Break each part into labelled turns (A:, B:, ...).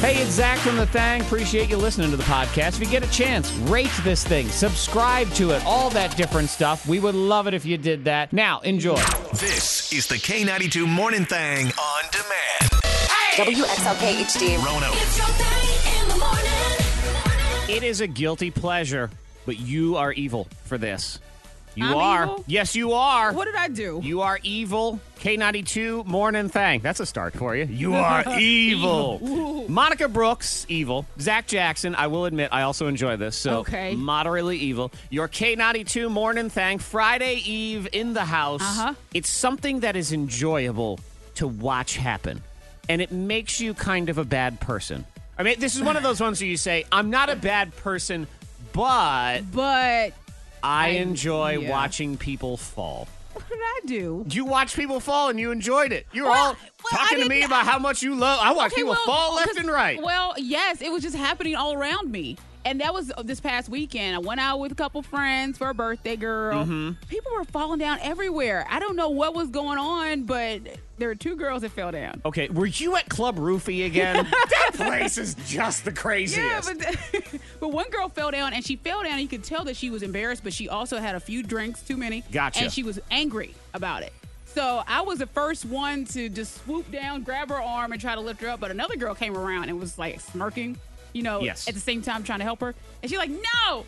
A: Hey, it's Zach from The Thang. Appreciate you listening to the podcast. If you get a chance, rate this thing, subscribe to it, all that different stuff. We would love it if you did that. Now, enjoy.
B: This is the K92 Morning Thang on demand.
C: WXLK HD.
B: Rono,
D: It's your thing in the morning.
A: It is a guilty pleasure, but you are evil for this. You
E: I'm
A: are.
E: evil?
A: Yes, you are.
E: What did I do?
A: You are evil. K92 Morning Thang. That's a start for you. You are evil. Monica Brooks, evil. Zach Jackson, I will admit, I also enjoy this. So
E: Okay.
A: moderately evil. Your K92 Morning Thang, Friday Eve in the house.
E: Uh-huh.
A: It's something that is enjoyable to watch happen. And it makes you kind of a bad person. I mean, this is one of those ones where you say, I'm not a bad person, but
E: but
A: I enjoy
E: yeah.
A: watching people fall.
E: what did I do?
A: You watch people fall and you enjoyed it. You were
E: Well,
A: all
E: well,
A: talking
E: I
A: to me
E: didn't-
A: about how much you love. I watch
E: Okay,
A: people
E: well,
A: fall left
E: because-
A: and right.
E: Well, yes, it was just happening all around me. And that was this past weekend. I went out with a couple friends for a birthday girl.
A: Mm-hmm.
E: People were falling down everywhere. I don't know what was going on, but there were two girls that fell down.
A: okay, were you at Club Roofie again? that place is just the
E: Yeah,
A: craziest.
E: but, but one girl fell down and she fell down. And you could tell that she was embarrassed, but she also had a few drinks too many.
A: Gotcha.
E: And she was angry about it. So I was the first one to just swoop down, grab her arm, and try to lift her up. But another girl came around and was like smirking, you know,
A: Yes.
E: at the same time trying to help her. And she's like, "No,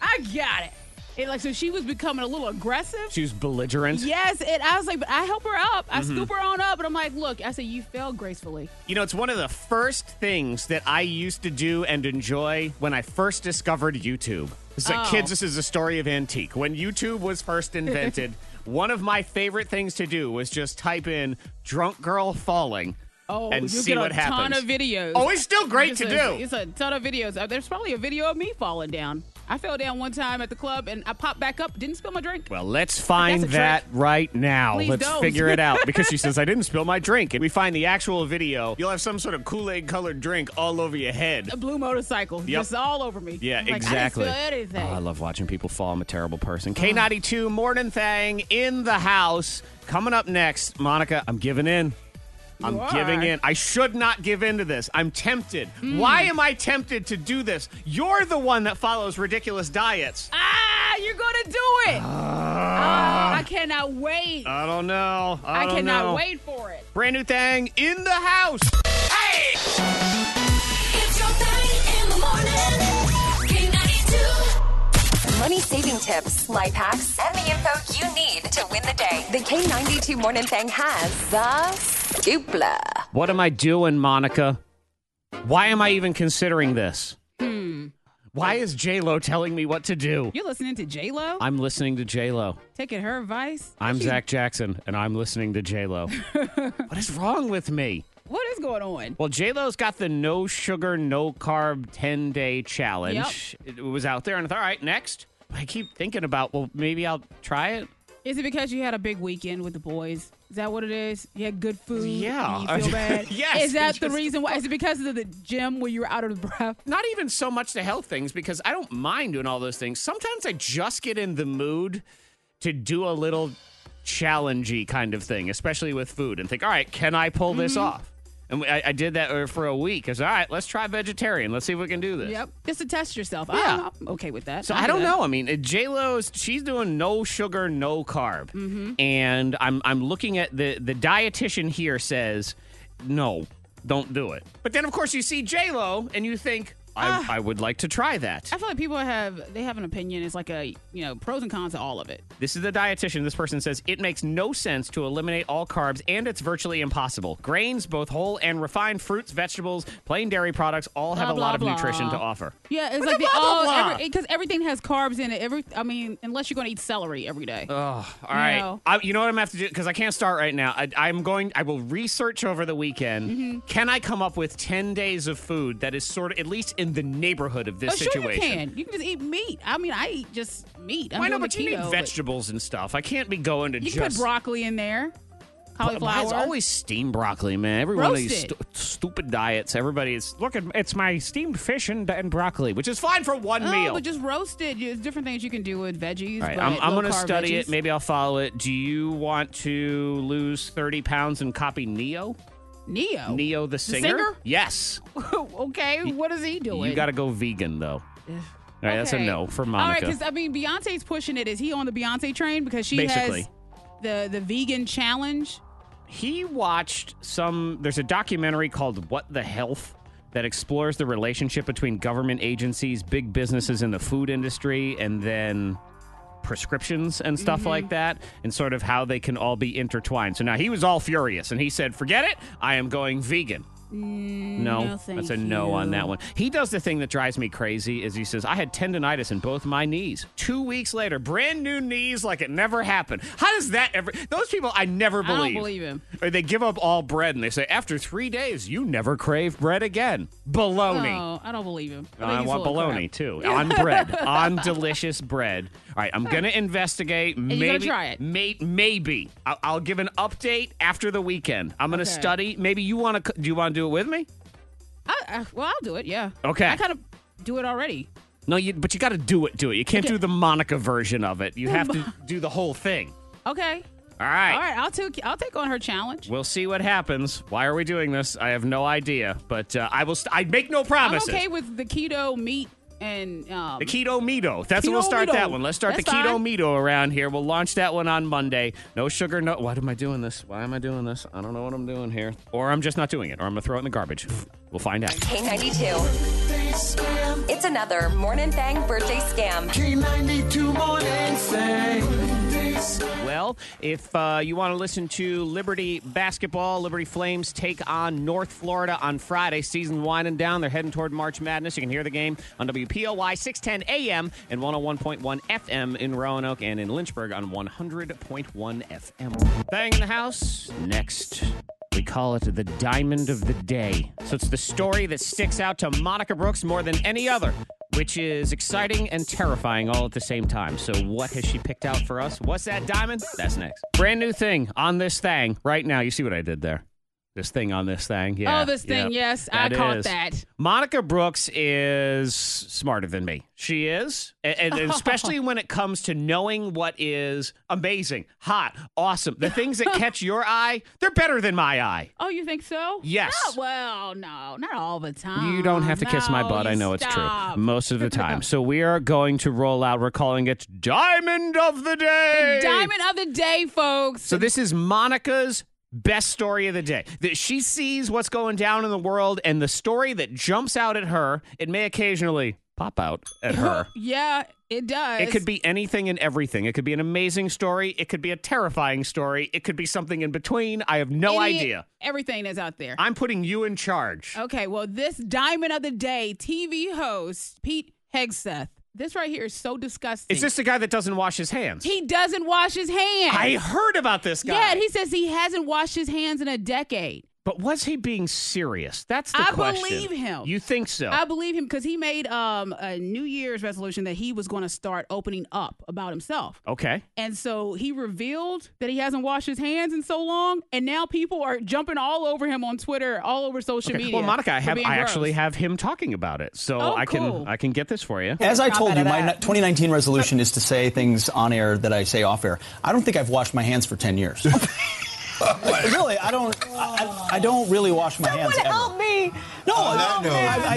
E: I got it." And like so, she was becoming a little aggressive.
A: she was Mm-hmm. belligerent.
E: Yes, and I was like, but I help her up. I scoop her on up, and I'm like, look, I said, you fell gracefully.
A: You know, it's one of the first things that I used to do and enjoy when I first discovered YouTube. It's like,
E: Oh.
A: kids, this is a story of antique. When YouTube was first invented, one of my favorite things to do was just type in drunk girl falling
E: Oh,
A: and
E: you'll
A: see
E: get a
A: what happens.
E: ton of videos.
A: Oh, it's still great
E: It's
A: to
E: a-
A: do.
E: It's a ton of videos. Uh, There's probably a video of me falling down. I fell down one time at the club and I popped back up. Didn't spill my drink.
A: Well, let's find
E: That's a
A: that right now.
E: Please
A: let's
E: don't.
A: figure it out because she says I didn't spill my drink, and we find the actual video. You'll have some sort of Kool Aid colored drink all over your head.
E: a blue motorcycle just all over me.
A: Yeah,
E: Oh, I'm like, I
A: exactly.
E: didn't spill anything.
A: Oh, I love watching people fall. I'm a terrible person. K92 Morning Thang in the house. Coming up next, Monica. I'm giving in. I'm
E: You
A: giving
E: are.
A: in. I should not give in to this. I'm tempted.
E: Hmm.
A: Why am I tempted to do this? You're the one that follows ridiculous diets.
E: ah, you're gonna do it. Ah, I cannot wait.
A: I don't know. Uh, I,
E: I,
A: don't
E: cannot
A: know.
E: wait for it.
A: Brand new thing in the house.
D: It's your thing in the morning. K92.
C: Money saving tips, life hacks, and the info you need to win the day. The K92 Morning Thing has the dupla.
A: What am I doing, Monica? Why am I even considering this? Why is J Lo telling me what to do?
E: You're listening to J Lo
A: I'm listening to J Lo.
E: taking her advice.
A: I'm Zach Jackson, and I'm listening to J Lo. what is wrong with me?
E: What is going on?
A: Well, J Lo's got the no sugar, no carb 10 day challenge. It was out there, and I thought, all right, next. I keep thinking about, well, maybe I'll try it.
E: Is it because you had a big weekend with the boys? Is that what it is? You had good food.
A: Yeah.
E: and You feel bad.
A: Yes,
E: Is that the
A: just-
E: reason why? Is it because of the gym where you were out of breath?
A: not even so much the health things because I don't mind doing all those things. Sometimes I just get in the mood to do a little challengey kind of thing, especially with food, and think, all right, can I pull this off? And I, I did that uh, for a week. I said, all right, let's try vegetarian. Let's see if we can do this.
E: Yep. Just to test yourself.
A: Yeah.
E: I, I'm okay with that.
A: So
E: I'll
A: I
E: do
A: don't
E: that.
A: know. I mean, J Lo's she's doing no sugar, no carb, and I'm I'm looking at the the dietitian here says no, don't do it. But then of course you see J Lo and you think I, I would like to try that.
E: I feel like people have they have an opinion. It's like a you know pros and cons to all of it.
A: This is the dietitian. This person says it makes no sense to eliminate all carbs, and it's virtually impossible. Grains, both whole and refined, fruits, vegetables, plain dairy products, all have
E: Blah,
A: a
E: blah,
A: lot of
E: blah.
A: nutrition to offer.
E: Yeah, it's like they all because everything has carbs in it. Every I mean, unless you're going to eat celery every day.
A: Oh, All right.
E: No.
A: I, you know what I'm going to have to do? Because I can't start right now. I, I'm going, I will research over the weekend.
E: Mm-hmm.
A: Can I come up with 10 days of food that is sort of, at least in the neighborhood of this
E: oh, sure
A: situation?
E: you can. You can just eat meat. I mean, I eat just meat. I'm
A: Why not?
E: doing
A: But
E: the
A: you need
E: keto,
A: vegetables and stuff. I can't be going to
E: You
A: just.
E: can put broccoli in there, cauliflower.
A: It's always steamed broccoli, man. Every one of these
E: Roast it.
A: stu- stupid diets, everybody is, look, at it's my steamed fish and, and broccoli, which is fine for one
E: No,
A: meal.
E: Oh, but just roasted. There's different things you can do with veggies.
A: All right,
E: but
A: I'm, I'm going to
E: low-carb
A: study it.
E: veggies.
A: Maybe I'll follow it. Do you want to lose 30 pounds and copy Neo?
E: Neo.
A: Neo the singer?
E: singer?
A: Yes.
E: okay, what is he doing?
A: You got to go vegan though. All right, that's a
E: Okay.
A: no for
E: All right,
A: Monica.
E: because I mean, Beyonce's pushing it. Is he on the Beyonce train? Because she
A: Basically.
E: has the the vegan challenge.
A: he watched some there's a documentary called What the Health that explores the relationship between government agencies, big businesses in the food industry and then prescriptions and stuff like that and sort of how they can all be intertwined. So now he was all furious and he said, "Forget it. I am going vegan." No,
E: no, thank
A: that's a no on that one. He does the thing that drives me crazy is he says, I had tendonitis in both my knees. Two weeks later, brand new knees like it never happened. How does that ever those people I never
E: I don't
A: believe.
E: believe him.
A: Or they give up all bread and they say, after three days, you never crave bread again. Baloney.
E: No, Oh, I don't believe him.
A: I,
E: think he's
A: want
E: full of
A: bologna
E: crap.
A: too on bread, on delicious bread. All right, I'm gonna investigate.
E: you
A: maybe
E: gotta try it.
A: May, maybe I'll, I'll give an update after the weekend. I'm gonna
E: Okay.
A: study. Maybe you want to? Do you want to do it with me?
E: I, I, well, I'll do it. Yeah.
A: Okay.
E: I kind of do it already.
A: No, you, but you got to do it. Do it. You can't do the Monica version of it. You have to do the whole thing.
E: Okay.
A: All right.
E: All right. I'll take I'll take on her challenge.
A: We'll see what happens. Why are we doing this? I have no idea. But uh, I will. St- I make no
E: I'm
A: promises.
E: okay with the keto meat and um,
A: The keto mito. That's what we'll
E: Keto
A: start
E: Mito.
A: that one. Let's start
E: That's
A: the keto
E: fine.
A: mito around here. We'll launch that one on Monday. No sugar, no. Why am I doing this? Why am I doing this? I don't know what I'm doing here. Or I'm just not doing it. Or I'm gonna throw it in the garbage. We'll find out.
C: K92. It's another Morning Thang birthday scam.
F: K92 Morning Thang.
A: Well, if uh, you want to listen to Liberty basketball, Liberty Flames take on North Florida on Friday. Season winding down. They're heading toward March Madness. You can hear the game on WPLY 610 AM and 101.1 FM in Roanoke and in Lynchburg on 100.1 FM. Bang in the house. Next. We call it the diamond of the day. So it's the story that sticks out to Monica Brooks more than any other, which is exciting and terrifying all at the same time. So what has she picked out for us? What's that diamond? That's next. Brand new thing on this thing right now. You see what I did there? This thing on this thing. Yeah.
E: oh this thing.
A: Yep.
E: Yes, I
A: That
E: caught
A: is.
E: that.
A: Monica Brooks is smarter than me. She is, and, and- and especially when it comes to knowing what is amazing, hot, awesome. The things that catch your eye, they're better than my eye.
E: Oh, you think so?
A: Yes.
E: Oh, well, no, not all the time.
A: You don't have to kiss my
E: No,
A: butt. I
E: Oh, you
A: know it's
E: stop.
A: true most of the time. so we are going to roll out. We're calling it Diamond of the Day.
E: Diamond of the day, folks.
A: So this is Monica's best story of the day. That she sees what's going down in the world, and the story that jumps out at her. It may occasionally pop out at her.
E: yeah, it does.
A: It could be anything and everything. It could be an amazing story. It could be a terrifying story. It could be something in between. I have no
E: Any- Oh,
A: idea.
E: Everything that's out there.
A: I'm putting you in charge.
E: Okay, well, this diamond of the day, TV host Pete Hegseth. This right here is so disgusting.
A: Is this the guy that doesn't wash his hands?
E: he doesn't wash his hands.
A: I heard about this guy.
E: yeah, and he says he hasn't washed his hands in a decade.
A: but was he being serious? That's the
E: I
A: question.
E: believe him.
A: You think so?
E: I believe him because he made um, a New Year's resolution that he was going to start opening up about himself.
A: okay.
E: And so he revealed that he hasn't washed his hands in so long, and now people are jumping all over him on Twitter, all over social
A: Okay.
E: media.
A: Well, Monica, I
E: for
A: have
E: being
A: I
E: gross.
A: actually have him talking about it, so
E: Oh,
A: I
E: cool.
A: can I can get this for you.
F: As I told you, my 2019 resolution is to say things on air that I say off air. I don't think I've washed my hands for 10 years. really, I don't. I, I don't really wash my hands. ever.
G: help me.
F: No,
G: that note.
F: I, I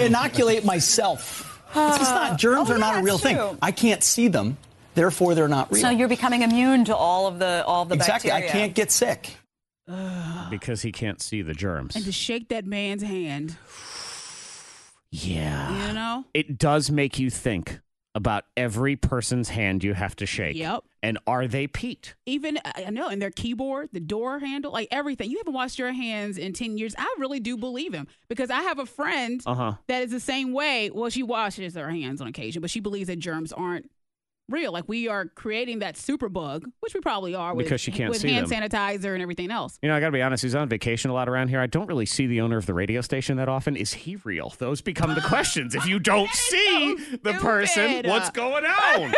F: inoculate myself. It's just not germs
G: Oh,
F: are not
G: yeah,
F: a real
G: that's
F: thing.
G: true.
F: I can't see them, therefore they're not real.
G: So you're becoming immune to all of the all of the
F: exactly.
G: bacteria.
F: I can't get sick.
A: Because he can't see the germs.
E: And to shake that man's hand,
A: yeah.
E: you know?
A: it does make you think about every person's hand you have to shake.
E: Yep.
A: And are they Pete?
E: Even, I I know, and their keyboard, the door handle, like everything. You haven't washed your hands in 10 years. I really do believe him because I have a friend
A: Uh-huh.
E: that is the same way. Well, she washes her hands on occasion, but she believes that germs aren't real. Like we are creating that super bug, which we probably are with,
A: Because she can't
E: with
A: see
E: hand
A: them.
E: sanitizer and everything else.
A: You know, I got to be honest, he's on vacation a lot around here. I don't really see the owner of the radio station that often. Is he real? Those become the questions. If you don't see
E: so
A: the person,
E: stupid.
A: what's going on?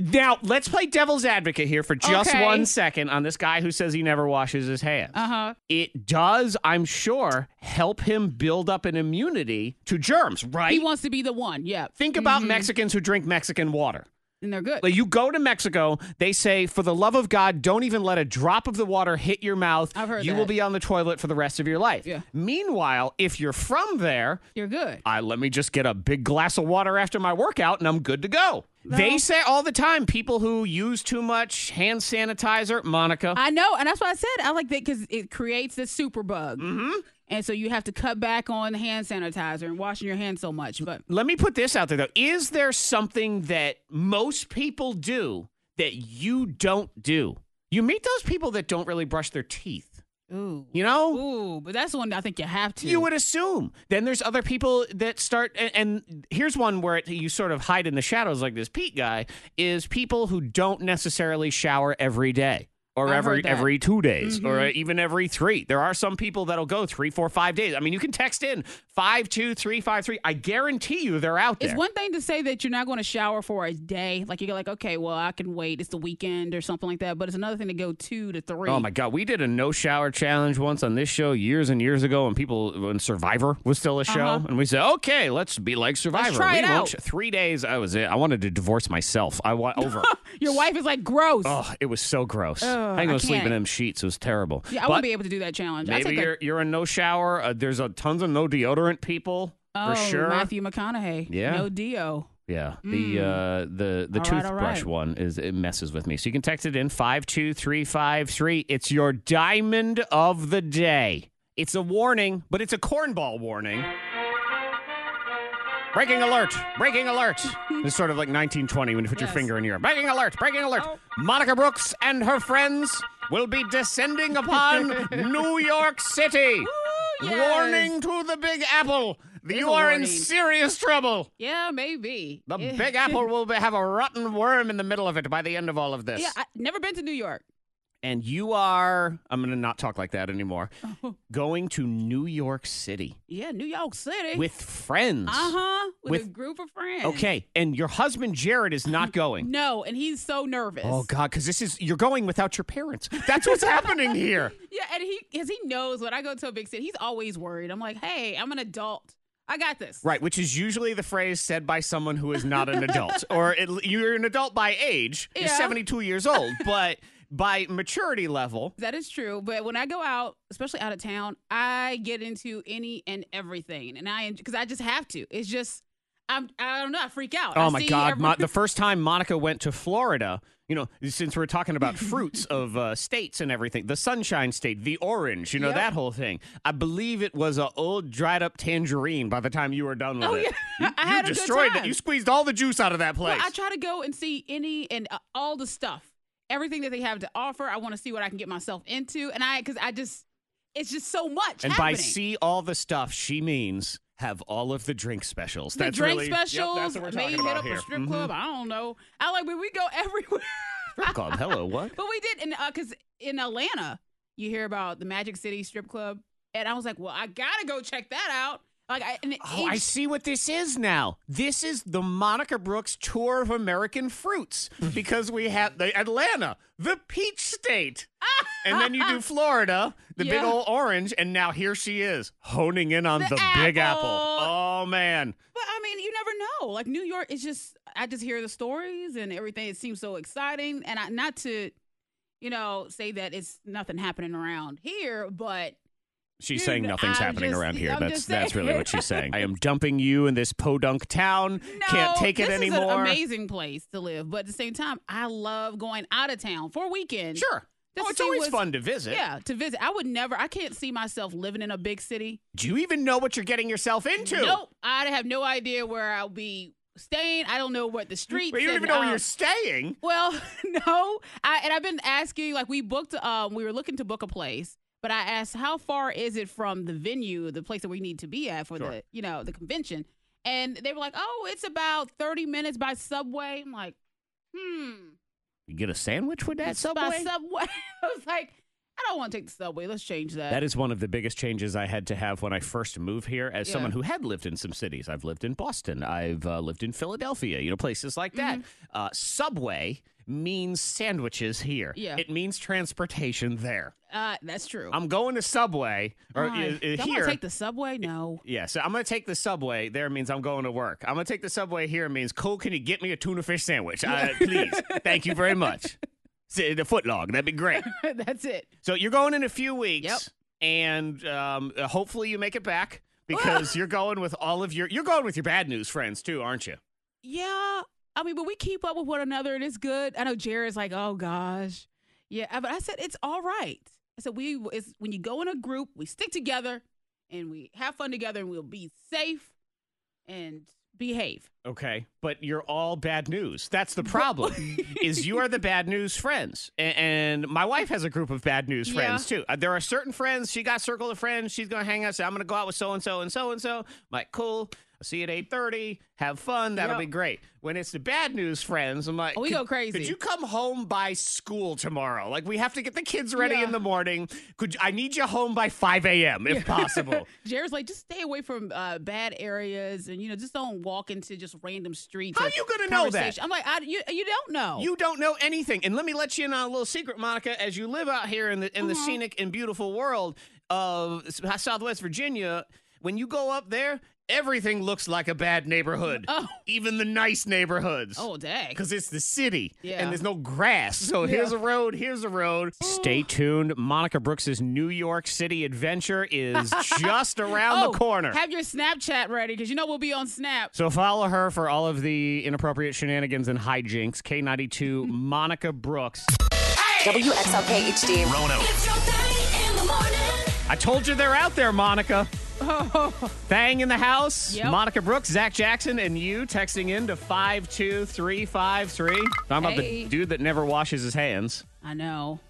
A: now, let's play devil's advocate here for just
E: Okay.
A: one second on this guy who says he never washes his hands.
E: Uh huh.
A: It does, I'm sure, help him build up an immunity to germs, right?
E: He wants to be the one. Yeah. Mm-hmm.
A: Think about Mexicans who drink Mexican water.
E: and they're good.
A: Like, you go to Mexico, they say, for the love of God, don't even let a drop of the water hit your mouth.
E: I've heard
A: you
E: that.
A: will be on the toilet for the rest of your life.
E: Yeah.
A: Meanwhile, if you're from there,
E: You're good.
A: I let me just get a big glass of water after my workout and I'm good to go. They say all the time people who use too much hand sanitizer, Monica.
E: I know, and that's what I said. I like that because it creates the super bug, mm-hmm. and so you have to cut back on hand sanitizer and washing your hands so much. But
A: let me put this out there though. Is there something that most people do that you don't do? You meet those people that don't really brush their teeth.
E: ooh,
A: You know?
E: ooh, but that's the one I think you have to.
A: You would assume. Then there's other people that start, and, and here's one where it, you sort of hide in the shadows, like this Pete guy, is people who don't necessarily shower every day or
E: I've
A: every
E: heard that. Mm-hmm.
A: every two days or even every three. There are some people that'll go three, four, five days. I mean, you can text in five, two, three, five, three. I guarantee you they're out
E: It's
A: there.
E: one thing to say that you're not going to shower for a day, like you're like, okay, well, I can wait. It's the weekend or something like that. But it's another thing to go two to three.
A: Oh my God! We did a no shower challenge once on this show years and years ago, and people when Survivor was still a show, and we said, "Okay, let's be like Survivor."
E: Uh-huh. try
A: we
E: it
A: won't
E: out.
A: sh- Three days. I was it. I wanted to divorce myself. I want over.
E: Your wife is like, gross.
A: oh, it was so gross. I
E: I
A: ain't gonna sleep in
E: can't.
A: them sheets. It was terrible.
E: yeah, I
A: but
E: won't be able to do that challenge. I
A: maybe
E: take a-
A: you're you're a no shower. Uh, there's a tons of no deodorant people
E: oh,
A: for sure.
E: Matthew McConaughey.
A: Yeah.
E: No Dio.
A: Yeah, the uh, the
E: Hmm.
A: the
E: All right, all
A: toothbrush
E: right.
A: one is it messes with me. So you can text it in five two three five three. It's your diamond of the day. It's a warning, but it's a cornball warning. Breaking alert! Breaking alert! it's sort of like 1920 when you put your finger in your ear. Breaking alert! Breaking alert!
E: Oh.
A: Monica Brooks and her friends will be descending upon New York City.
E: yes.
A: Warning to the Big Apple! You
E: a
A: are in
E: warning.
A: serious trouble.
E: Yeah, maybe.
A: The
E: yeah.
A: Big Apple will be- have a rotten worm in the middle of it by the end of all of this.
E: Yeah, I never been to New York.
A: and you are, I'm going to not talk like that anymore, going to New York City
E: Yeah, New York City.
A: with friends.
E: uh huh. With, a
A: with-
E: group of friends.
A: Okay. And your husband, Jared, is not going.
E: No, and he's so nervous.
A: Oh, God, because this is, you're going without your parents. That's what's happening here.
E: Yeah, and he, because he knows when I go to a big city, he's always worried. I'm like, hey, I'm an adult. I got this.
A: Right, which is usually the phrase said by someone who is not an adult, or it, you're an adult by age. You're
E: Yeah.
A: 72 years old, but by maturity level,
E: That is true. But when I go out, especially out of town, I get into any and everything, and I because I just have to. It's just I'm I don't know. I freak out.
A: Oh
E: I
A: my
E: see
A: God!
E: every-
A: Mo- the first time Monica went to Florida, you know, since we're talking about fruits of uh, states and everything, the Sunshine State, the orange, you know,
E: Yep.
A: that whole thing. I believe it was an old dried up tangerine. By the time you were done with
E: Oh,
A: it,
E: yeah.
A: you,
E: I
A: you
E: had a good
A: destroyed it.
E: time.
A: You squeezed all the juice out of that place.
E: Well, I try to go and see any and uh, all the stuff, everything that they have to offer. I want to see what I can get myself into, and I because I just it's just so much.
A: and by
E: happening.
A: see all the stuff, she means have all of the drink specials.
E: the
A: that's
E: drink
A: really,
E: specials,
A: Yep, that's what we're
E: maybe
A: talking
E: hit
A: about
E: up
A: here. Mm-hmm.
E: a strip club. I don't know. I like when we go everywhere.
A: Strip club. Hello, what?
E: But we did, and because in Atlanta, you hear about the Magic City Strip Club, and I was like, well, I gotta go check that out. Like, I, and
A: Oh, I
E: each-
A: see what this is now. This is the Monica Brooks tour of American fruits because we have the Atlanta, the peach state, and then you do Florida, the big
E: Yeah.
A: old orange, and now here she is honing in on the,
E: The
A: Big Apple.
E: apple.
A: Oh man,
E: But I mean, you never know. Like New York is just, I just hear the stories and everything. It seems so exciting, and I, not to, you know, say that it's nothing happening around here, but
A: she's
E: Dude,
A: saying nothing's
E: I'm
A: happening
E: just-
A: around here.
E: I'm
A: that's
E: just
A: that's really
E: saying.
A: what she's saying. I am dumping you in this podunk town.
E: No,
A: Can't take it
E: this Is
A: anymore.
E: an amazing place to live, but at the same time, I love going out of town for a weekend.
A: sure.
E: Just
A: Oh, it's
E: see
A: always
E: what's-
A: fun to visit.
E: Yeah, to visit. I would never. I can't see myself living in a big city.
A: Do you even know what you're getting yourself into?
E: Nope. I have no idea where I'll be staying. I don't know what the streets.
A: You don't
E: and,
A: even know where
E: um,
A: you're staying.
E: Well, no. I and I've been asking. Like we booked. Um, we were looking to book a place. But I asked, how far is it from the venue, the place that we need to be at for the, you know, the convention? And they were like, oh, it's about 30 minutes by subway. I'm like, hmm.
A: You get a sandwich with that
E: By subway. I was like, I don't want to take the subway. Let's change that.
A: That is one of the biggest changes I had to have when I first moved here as
E: Yeah.
A: someone who had lived in some cities.
E: Mm-hmm.
A: I've lived in Boston, I've uh, lived in Philadelphia, you know, places like that. Uh, subway means sandwiches here.
E: Yeah.
A: It means transportation there.
E: Uh, that's true.
A: I'm going to Subway or uh,
E: Why?
A: uh,
E: Don't
A: here.
E: I take the subway? No.
A: yeah, so I'm gonna take the subway. There means I'm going to work. I'm gonna take the subway. Here means Cole. Can you get me a tuna fish sandwich, uh, please? Thank you very much. Say The foot log. That'd be great.
E: that's it.
A: So you're going in a few weeks,
E: Yep.
A: and um, uh, hopefully you make it back because you're going with all of your you're going with your bad news friends too, aren't you?
E: Yeah. I mean, but we keep up with one another and it's good. I know Jared's like, oh gosh. Yeah. I- But I said, it's all right. I said, we, it's when you go in a group, we stick together and we have fun together and we'll be safe and behave.
A: Okay, but you're all bad news. That's the problem. is you are the bad news friends, A- and my wife has a group of bad news friends too. Uh, There are certain friends she got circle of friends. She's gonna hang out. Say I'm gonna go out with so and so and so and so. Like cool. I'll see you at eight thirty. Have fun. That'll
E: Yep.
A: be great. When it's the bad news friends, I'm like,
E: Oh, we
A: "Could-
E: go crazy."
A: Could you come home by school tomorrow? Like we have to get the kids ready
E: Yeah.
A: in the morning. Could you- I need you home by five a.m. if possible?
E: Jared's like, just stay away from uh, bad areas and, you know, just don't walk into just random streets.
A: How
E: or
A: you gonna know that?
E: conversation. I'm like, I, you, you don't know.
A: You don't know anything. And let me let you in on a little secret, Monica. As you live out here in the in the scenic and beautiful world of S- uh, Southwest Virginia, when you go up there, everything looks like a bad neighborhood.
E: Oh.
A: Even the nice neighborhoods.
E: oh, dang.
A: Because it's the city
E: Yeah. Oh.
A: and there's no grass. So here's a road, here's a road. Stay tuned. Monica Brooks' New York City adventure is just around
E: Oh,
A: the corner.
E: Have your Snapchat ready because you know we'll be on Snap.
A: So follow her for all of the inappropriate shenanigans and hijinks. K92 Monica Brooks.
C: WXLK HD.
B: Rono.
D: It's your thing in the morning.
A: I told you they're out there, Monica. Thang in the house.
E: Yep.
A: Monica Brooks, Zach Jackson, and you texting in to 52353. Talking about the
E: Hey.
A: dude that never washes his hands.
E: I know.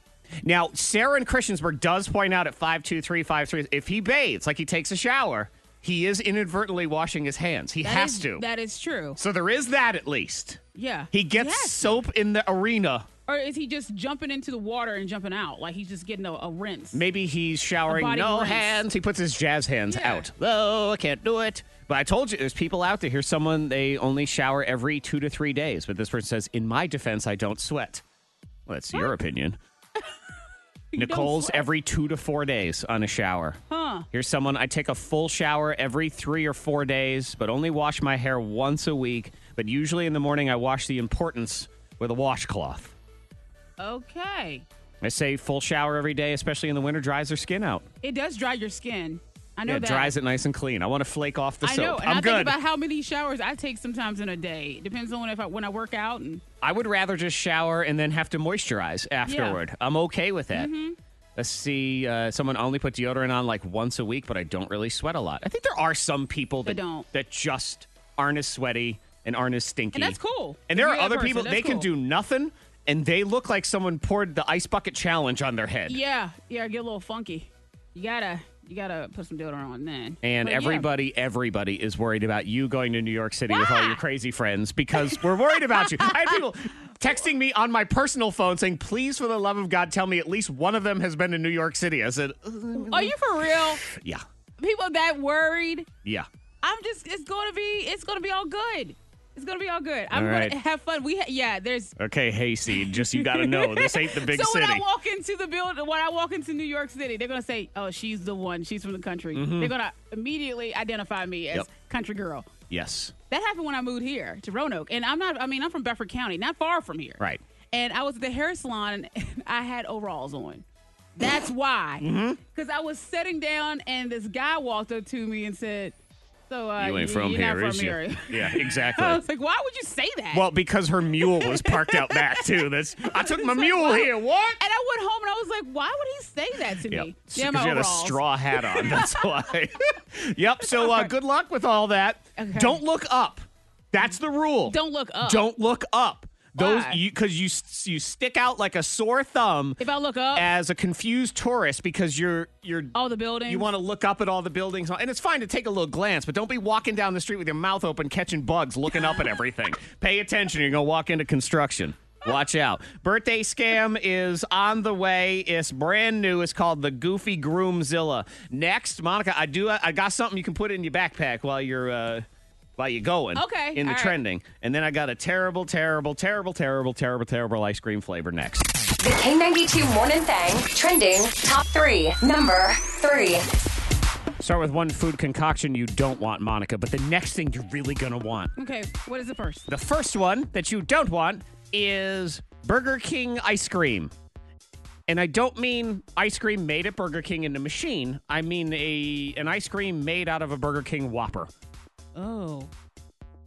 A: Now, Sarah in Christiansburg does point out at 52353 if he bathes, like he takes a shower, he is inadvertently washing his hands. He
E: That
A: has
E: is-
A: to.
E: That is true.
A: so there is that at least.
E: Yeah.
A: He gets
E: Yes.
A: soap in the arena.
E: Or is he just jumping into the water and jumping out? Like he's just getting a, a rinse.
A: Maybe he's showering
E: body
A: no
E: rinse.
A: hands. He puts his jazz hands
E: Yeah.
A: out. Oh, I can't do it. But I told you, there's people out there. Here's someone they only shower every two to three days. But this person says, in my defense, I don't sweat. Well, that's your opinion.
E: You don't
A: Nicole's
E: sweat.
A: every two to four days on a shower.
E: Huh.
A: Here's someone I take a full shower every three or four days, but only wash my hair once a week. But usually in the morning, I wash the importance with a washcloth.
E: Okay.
A: I say full shower every day, especially in the winter, dries their skin out.
E: It does dry your skin. I know
A: Yeah, it
E: that.
A: dries it nice and clean. I want to flake off the
E: I
A: soap.
E: know. And
A: I'm
E: I
A: good.
E: think about how many showers I take sometimes in a day. It depends on if I when I work out and
A: I would rather just shower and then have to moisturize afterward. I'm okay with that.
E: Mm-hmm.
A: Let's see. Uh, someone only put deodorant on like once a week, but I don't really sweat a lot. I think there are some people that
E: They don't.
A: that just aren't as sweaty and aren't as stinky.
E: And that's cool.
A: And there
E: If
A: are
E: you're that
A: other
E: person,
A: people
E: that's
A: they can
E: cool.
A: do nothing, and they look like someone poured the ice bucket challenge on their head.
E: yeah, yeah, I get a little funky. You gotta you gotta put some deodorant on then.
A: And
E: But yeah.
A: everybody, everybody is worried about you going to New York City with all
E: Why?
A: your crazy friends because we're worried about you. I had people texting me on my personal phone saying, please, for the love of God, tell me at least one of them has been to New York City. I said, "Uh,
E: Are you for real?
A: yeah,
E: People that worried?
A: yeah.
E: I'm just. It's gonna be. It's gonna be all good. It's gonna be all good. I'm
A: All right.
E: gonna have fun. We ha- yeah. There's
A: Okay, Hayseed, just you got to know this ain't the big
E: so
A: city.
E: when I walk into the building, when I walk into New York City, they're gonna say, "Oh, she's the one. She's from the country." They're gonna immediately identify me as
A: Mm-hmm. Yep.
E: country girl.
A: yes.
E: That happened when I moved here to Roanoke, and I'm not. I mean, I'm from Bedford County, not far from here.
A: Right.
E: And I was at the hair salon, and I had overalls on. That's why,
A: Mm-hmm.
E: because I was sitting down, and this guy walked up to me and said, "So uh,
A: you ain't from
E: you're
A: here,
E: not from
A: is
E: here.
A: you? Yeah, exactly.
E: I was like, why would you say that?
A: well, because her mule was parked out back, too. That's I took my mule here. What?
E: and I went home and I was like, why would he say that to me?
A: Yeah,
E: my
A: you had a
E: overalls.
A: straw hat on. That's why. yep. So uh, good luck with all that.
E: Okay.
A: Don't look up. That's the rule.
E: Don't look up.
A: Don't look up. Those
E: Why?
A: you because you s- you stick out like a sore thumb
E: If I look up,
A: as a confused tourist because you're you're
E: all the buildings.
A: you want to look up at all the buildings and it's fine to take a little glance, but don't be walking down the street with your mouth open catching bugs looking up at everything. Pay attention, you're going to walk into construction. Watch out. Birthday scam is on the way. It's brand new. It's called the Goofy Groomzilla. Next, Monica, I do I got something you can put in your backpack while you're uh while you going.
E: Okay,
A: In the
E: all right.
A: trending. And then I got a terrible, terrible, terrible, terrible, terrible, terrible ice cream flavor next.
C: The K92 Morning Thang trending top three. Number three.
A: Start with one food concoction you don't want, Monica, but the next thing you're really going to want.
E: Okay, what is it first?
A: The first one that you don't want is Burger King ice cream. And I don't mean ice cream made at Burger King in the machine. I mean a an ice cream made out of a Burger King Whopper.
E: Oh.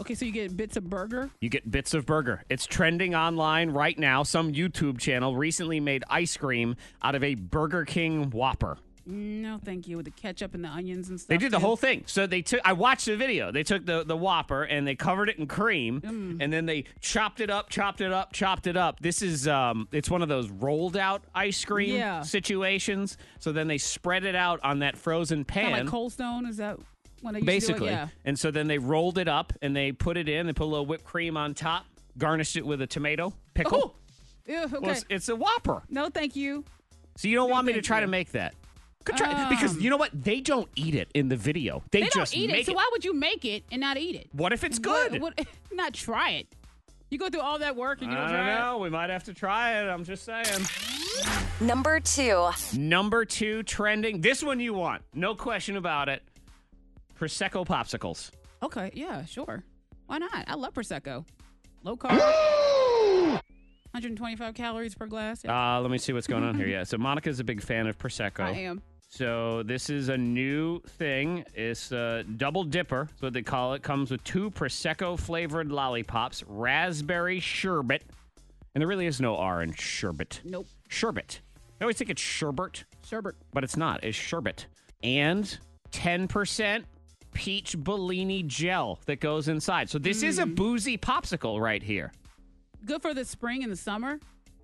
E: Okay, so you get bits of burger.
A: You get bits of burger. It's trending online right now. Some YouTube channel recently made ice cream out of a Burger King Whopper.
E: No, thank you. With the ketchup and the onions and stuff.
A: They did the
E: too.
A: whole thing. So they took. I watched the video. They took the the Whopper and they covered it in cream,
E: Mm.
A: and then they chopped it up, chopped it up, chopped it up. This is um, it's one of those rolled out ice cream
E: Yeah.
A: situations. So then they spread it out on that frozen pan,
E: Kinda like Cold Stone. Is that when they used to do it?
A: basically.
E: Yeah.
A: And so then they rolled it up and they put it in. They put a little whipped cream on top, garnished it with a tomato pickle.
E: Oh, Ew, okay.
A: Well, it's, it's a Whopper.
E: no, thank you.
A: So you don't want me to
E: thank
A: try
E: you.
A: to make that. Could try, because you know what? They don't eat it in the video.
E: Um.
A: They,
E: They
A: just
E: don't eat
A: make
E: it, so why would you make it and not eat it?
A: What if it's
E: What-
A: good?
E: what- not try it. You go through all that work and you don't,
A: I
E: try
A: don't
E: it.
A: know. We might have to try it. I'm just saying.
C: Number two.
A: Number two trending. This one you want. No question about it. Prosecco popsicles.
E: Okay, yeah, sure. Why not? I love prosecco. Low carb. 125 calories per glass. Yeah,
A: Uh, let me see what's going on here. Yeah. So Monica's a big fan of Prosecco.
E: I am.
A: So this is a new thing. It's a double dipper, is what they call it. Comes with two prosecco flavored lollipops, raspberry sherbet, and there really is no R in sherbet.
E: Nope.
A: Sherbet. I always think it's sherbet,
E: Sherbert.
A: but it's not. It's sherbet. And 10% peach Bellini gel that goes inside. So this is a
E: Hmm.
A: boozy popsicle right here.
E: Good for the spring and the summer.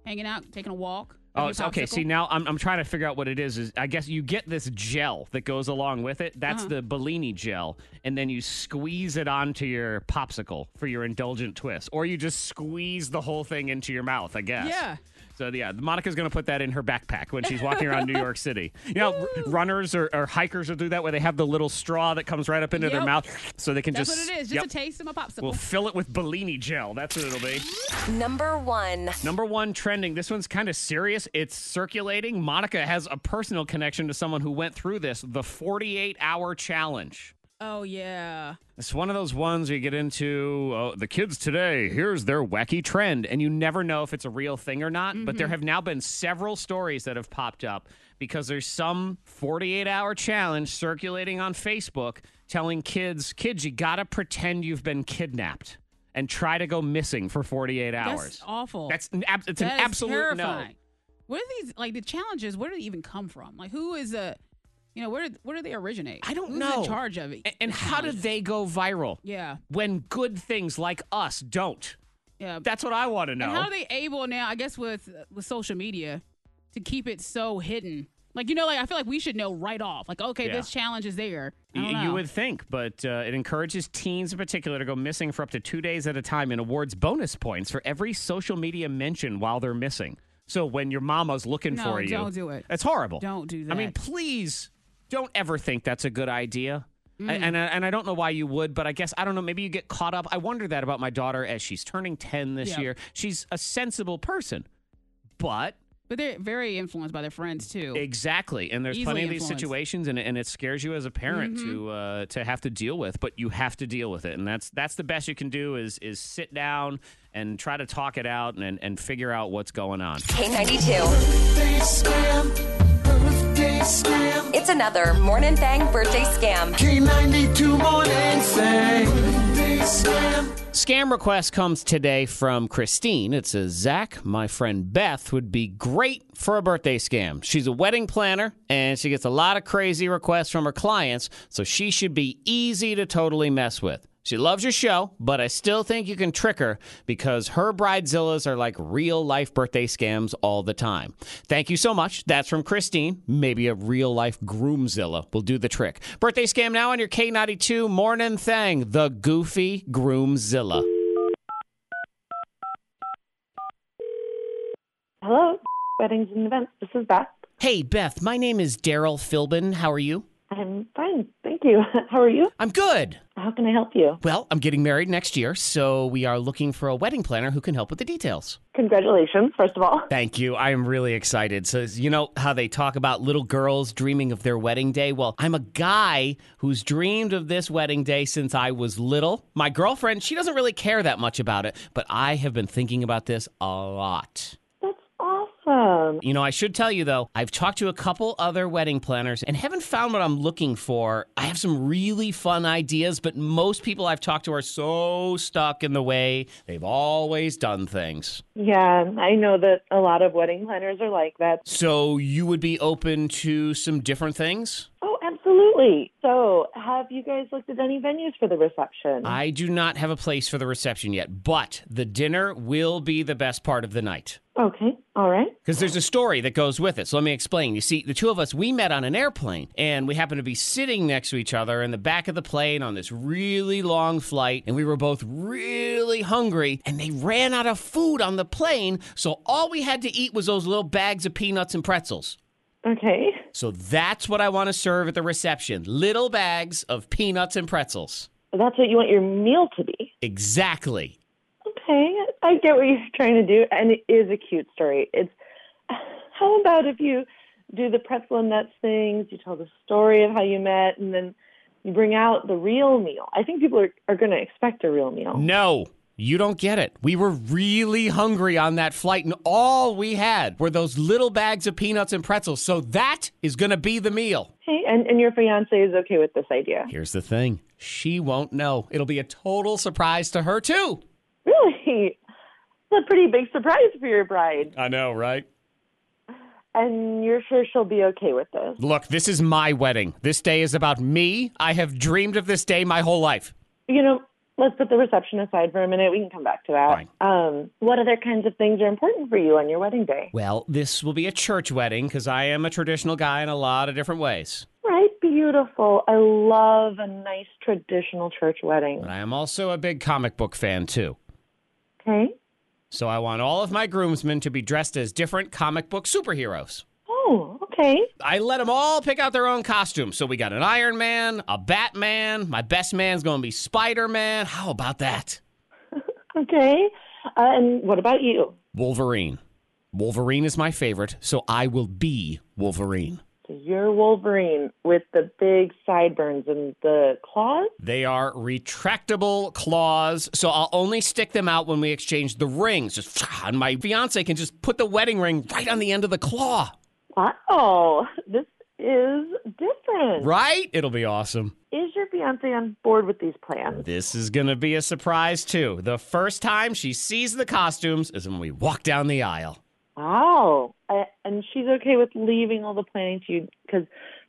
E: Hanging out, taking a walk.
A: Oh,
E: having a
A: it's, okay.
E: popsicle.
A: See, now I'm, I'm trying to figure out what it is. Is I guess you get this gel that goes along with it. That's
E: Uh-huh.
A: the Bellini gel, and then you squeeze it onto your popsicle for your indulgent twist, or you just squeeze the whole thing into your mouth. I guess.
E: Yeah.
A: So yeah, Monica's gonna put that in her backpack when she's walking around New York City. You know, r- runners or, or hikers will do that, where they have the little straw that comes right up into their
E: Yep.
A: mouth, so they can
E: That's
A: just
E: what it is. Just
A: yep.
E: a taste of my popsicle.
A: We'll fill it with Bellini gel. That's what it'll be.
C: Number one.
A: Number one trending. This one's kind of serious. It's circulating. Monica has a personal connection to someone who went through this the 48 hour challenge.
E: oh, yeah.
A: It's one of those ones where you get into oh, the kids today, here's their wacky trend, and you never know if it's a real thing or not. But
E: Mm-hmm.
A: there have now been several stories that have popped up because there's some 48 hour challenge circulating on Facebook telling kids, kids, you got to pretend you've been kidnapped and try to go missing for 48 hours.
E: That's awful.
A: That's an, ab- it's
E: That
A: an
E: is
A: absolute
E: terrifying. Where are these, like, the challenges, where do they even come from? Like, who is a, you know, where, where do they originate?
A: no. I don't
E: Who's
A: know.
E: in charge of it?
A: A- And how do they go viral?
E: Yeah.
A: When good things like us don't.
E: Yeah.
A: That's what I want to know.
E: And how are they able now? I guess with with social media to keep it so hidden. Like you know, like I feel like we should know right off. Like okay,
A: Yeah.
E: this challenge is there. I don't
A: Y- You
E: know.
A: would think, but uh, it encourages teens in particular to go missing for up to two days at a time and awards bonus points for every social media mention while they're missing. So when your mama's looking
E: No,
A: for you,
E: don't do it.
A: It's horrible.
E: Don't do
A: I mean,
E: that.
A: please don't ever think that's a good idea.
E: Mm.
A: I- and I, and I don't know why you would, but I guess I don't know. Maybe you get caught up. I wonder that about my daughter as she's turning ten this
E: Yeah.
A: year. She's a sensible person, but
E: but they're very influenced by their friends too.
A: Exactly, and there's
E: Easily
A: plenty of these
E: influenced. Mm-hmm.
A: situations, and, it- and it scares you as a parent to uh, to have to deal with. But you have to deal with it, and that's that's the best you can do is is sit down and try to talk it out and and figure out what's going on.
C: K92. It's another Morning Thang birthday scam.
A: Scam request comes today from Christine. It says, Zach, my friend Beth would be great for a birthday scam. She's a wedding planner and she gets a lot of crazy requests from her clients, so she should be easy to totally mess with. She loves your show, but I still think you can trick her because her bridezillas are like real life birthday scams all the time. Thank you so much. That's from Christine. Maybe a real life groomzilla will do the trick. Birthday scam now on your K92 morning thing, the goofy groomzilla.
H: Hello, weddings and events. This is Beth.
A: Hey, Beth, my name is Daryl Philbin. How are you?
H: I'm fine. Thank you. How are you?
A: I'm good.
H: How can I help you?
A: Well, I'm getting married next year, so we are looking for a wedding planner who can help with the details.
H: Congratulations, first of all.
A: Thank you. I am really excited. So, you know how they talk about little girls dreaming of their wedding day? Well, I'm a guy who's dreamed of this wedding day since I was little. My girlfriend, she doesn't really care that much about it, but I have been thinking about this a lot.
H: That's awesome.
A: You know, I should tell you though, I've talked to a couple other wedding planners and haven't found what I'm looking for. I have some really fun ideas, but most people I've talked to are so stuck in the way they've always done things.
H: Yeah, I know that a lot of wedding planners are like that.
A: So, you would be open to some different things?
H: Oh, absolutely. So, have you guys looked at any venues for the reception?
A: I do not have a place for the reception yet, but the dinner will be the best part of the night.
H: okay, all right.
A: Because there's a story that goes with it. So let me explain. You see, the two of us, we met on an airplane and we happened to be sitting next to each other in the back of the plane on this really long flight. And we were both really hungry and they ran out of food on the plane. So all we had to eat was those little bags of peanuts and pretzels.
H: Okay.
A: So that's what I want to serve at the reception little bags of peanuts and pretzels.
H: That's what you want your meal to be.
A: Exactly.
H: Okay, I get what you're trying to do, and it is a cute story. It's how about if you do the pretzel and nuts things, you tell the story of how you met, and then you bring out the real meal. I think people are, are going to expect a real meal.
A: No, you don't get it. We were really hungry on that flight, and all we had were those little bags of peanuts and pretzels. So that is going to be the meal.
H: Okay, and, and your fiance is okay with this idea.
A: Here's the thing she won't know. It'll be a total surprise to her, too.
H: Really? It's a pretty big surprise for your bride,
A: I know, right?
H: and you're sure she'll be okay with this.
A: Look, this is my wedding. This day is about me. I have dreamed of this day my whole life.
H: You know, let's put the reception aside for a minute. We can come back to that. Um, what other kinds of things are important for you on your wedding day?
A: Well, this will be a church wedding because I am a traditional guy in a lot of different ways.
H: Right, beautiful. I love a nice traditional church wedding.
A: But I am also a big comic book fan, too.
H: Okay.
A: So I want all of my groomsmen to be dressed as different comic book superheroes.
H: Oh, okay.
A: I let them all pick out their own costume. So we got an Iron Man, a Batman, my best man's going to be Spider Man. How about that?
H: Okay. Uh, and what about you?
A: Wolverine. Wolverine is my favorite, so I will be Wolverine.
H: So you're Wolverine with the big sideburns and the claws?
A: They are retractable claws, so I'll only stick them out when we exchange the rings. Just and my fiance can just put the wedding ring right on the end of the claw.
H: Wow. This is different.
A: Right? It'll be awesome.
H: Is your fiance on board with these plans?
A: This is going to be a surprise, too. The first time she sees the costumes is when we walk down the aisle.
H: Wow. Uh, and she's okay with leaving all the planning to you because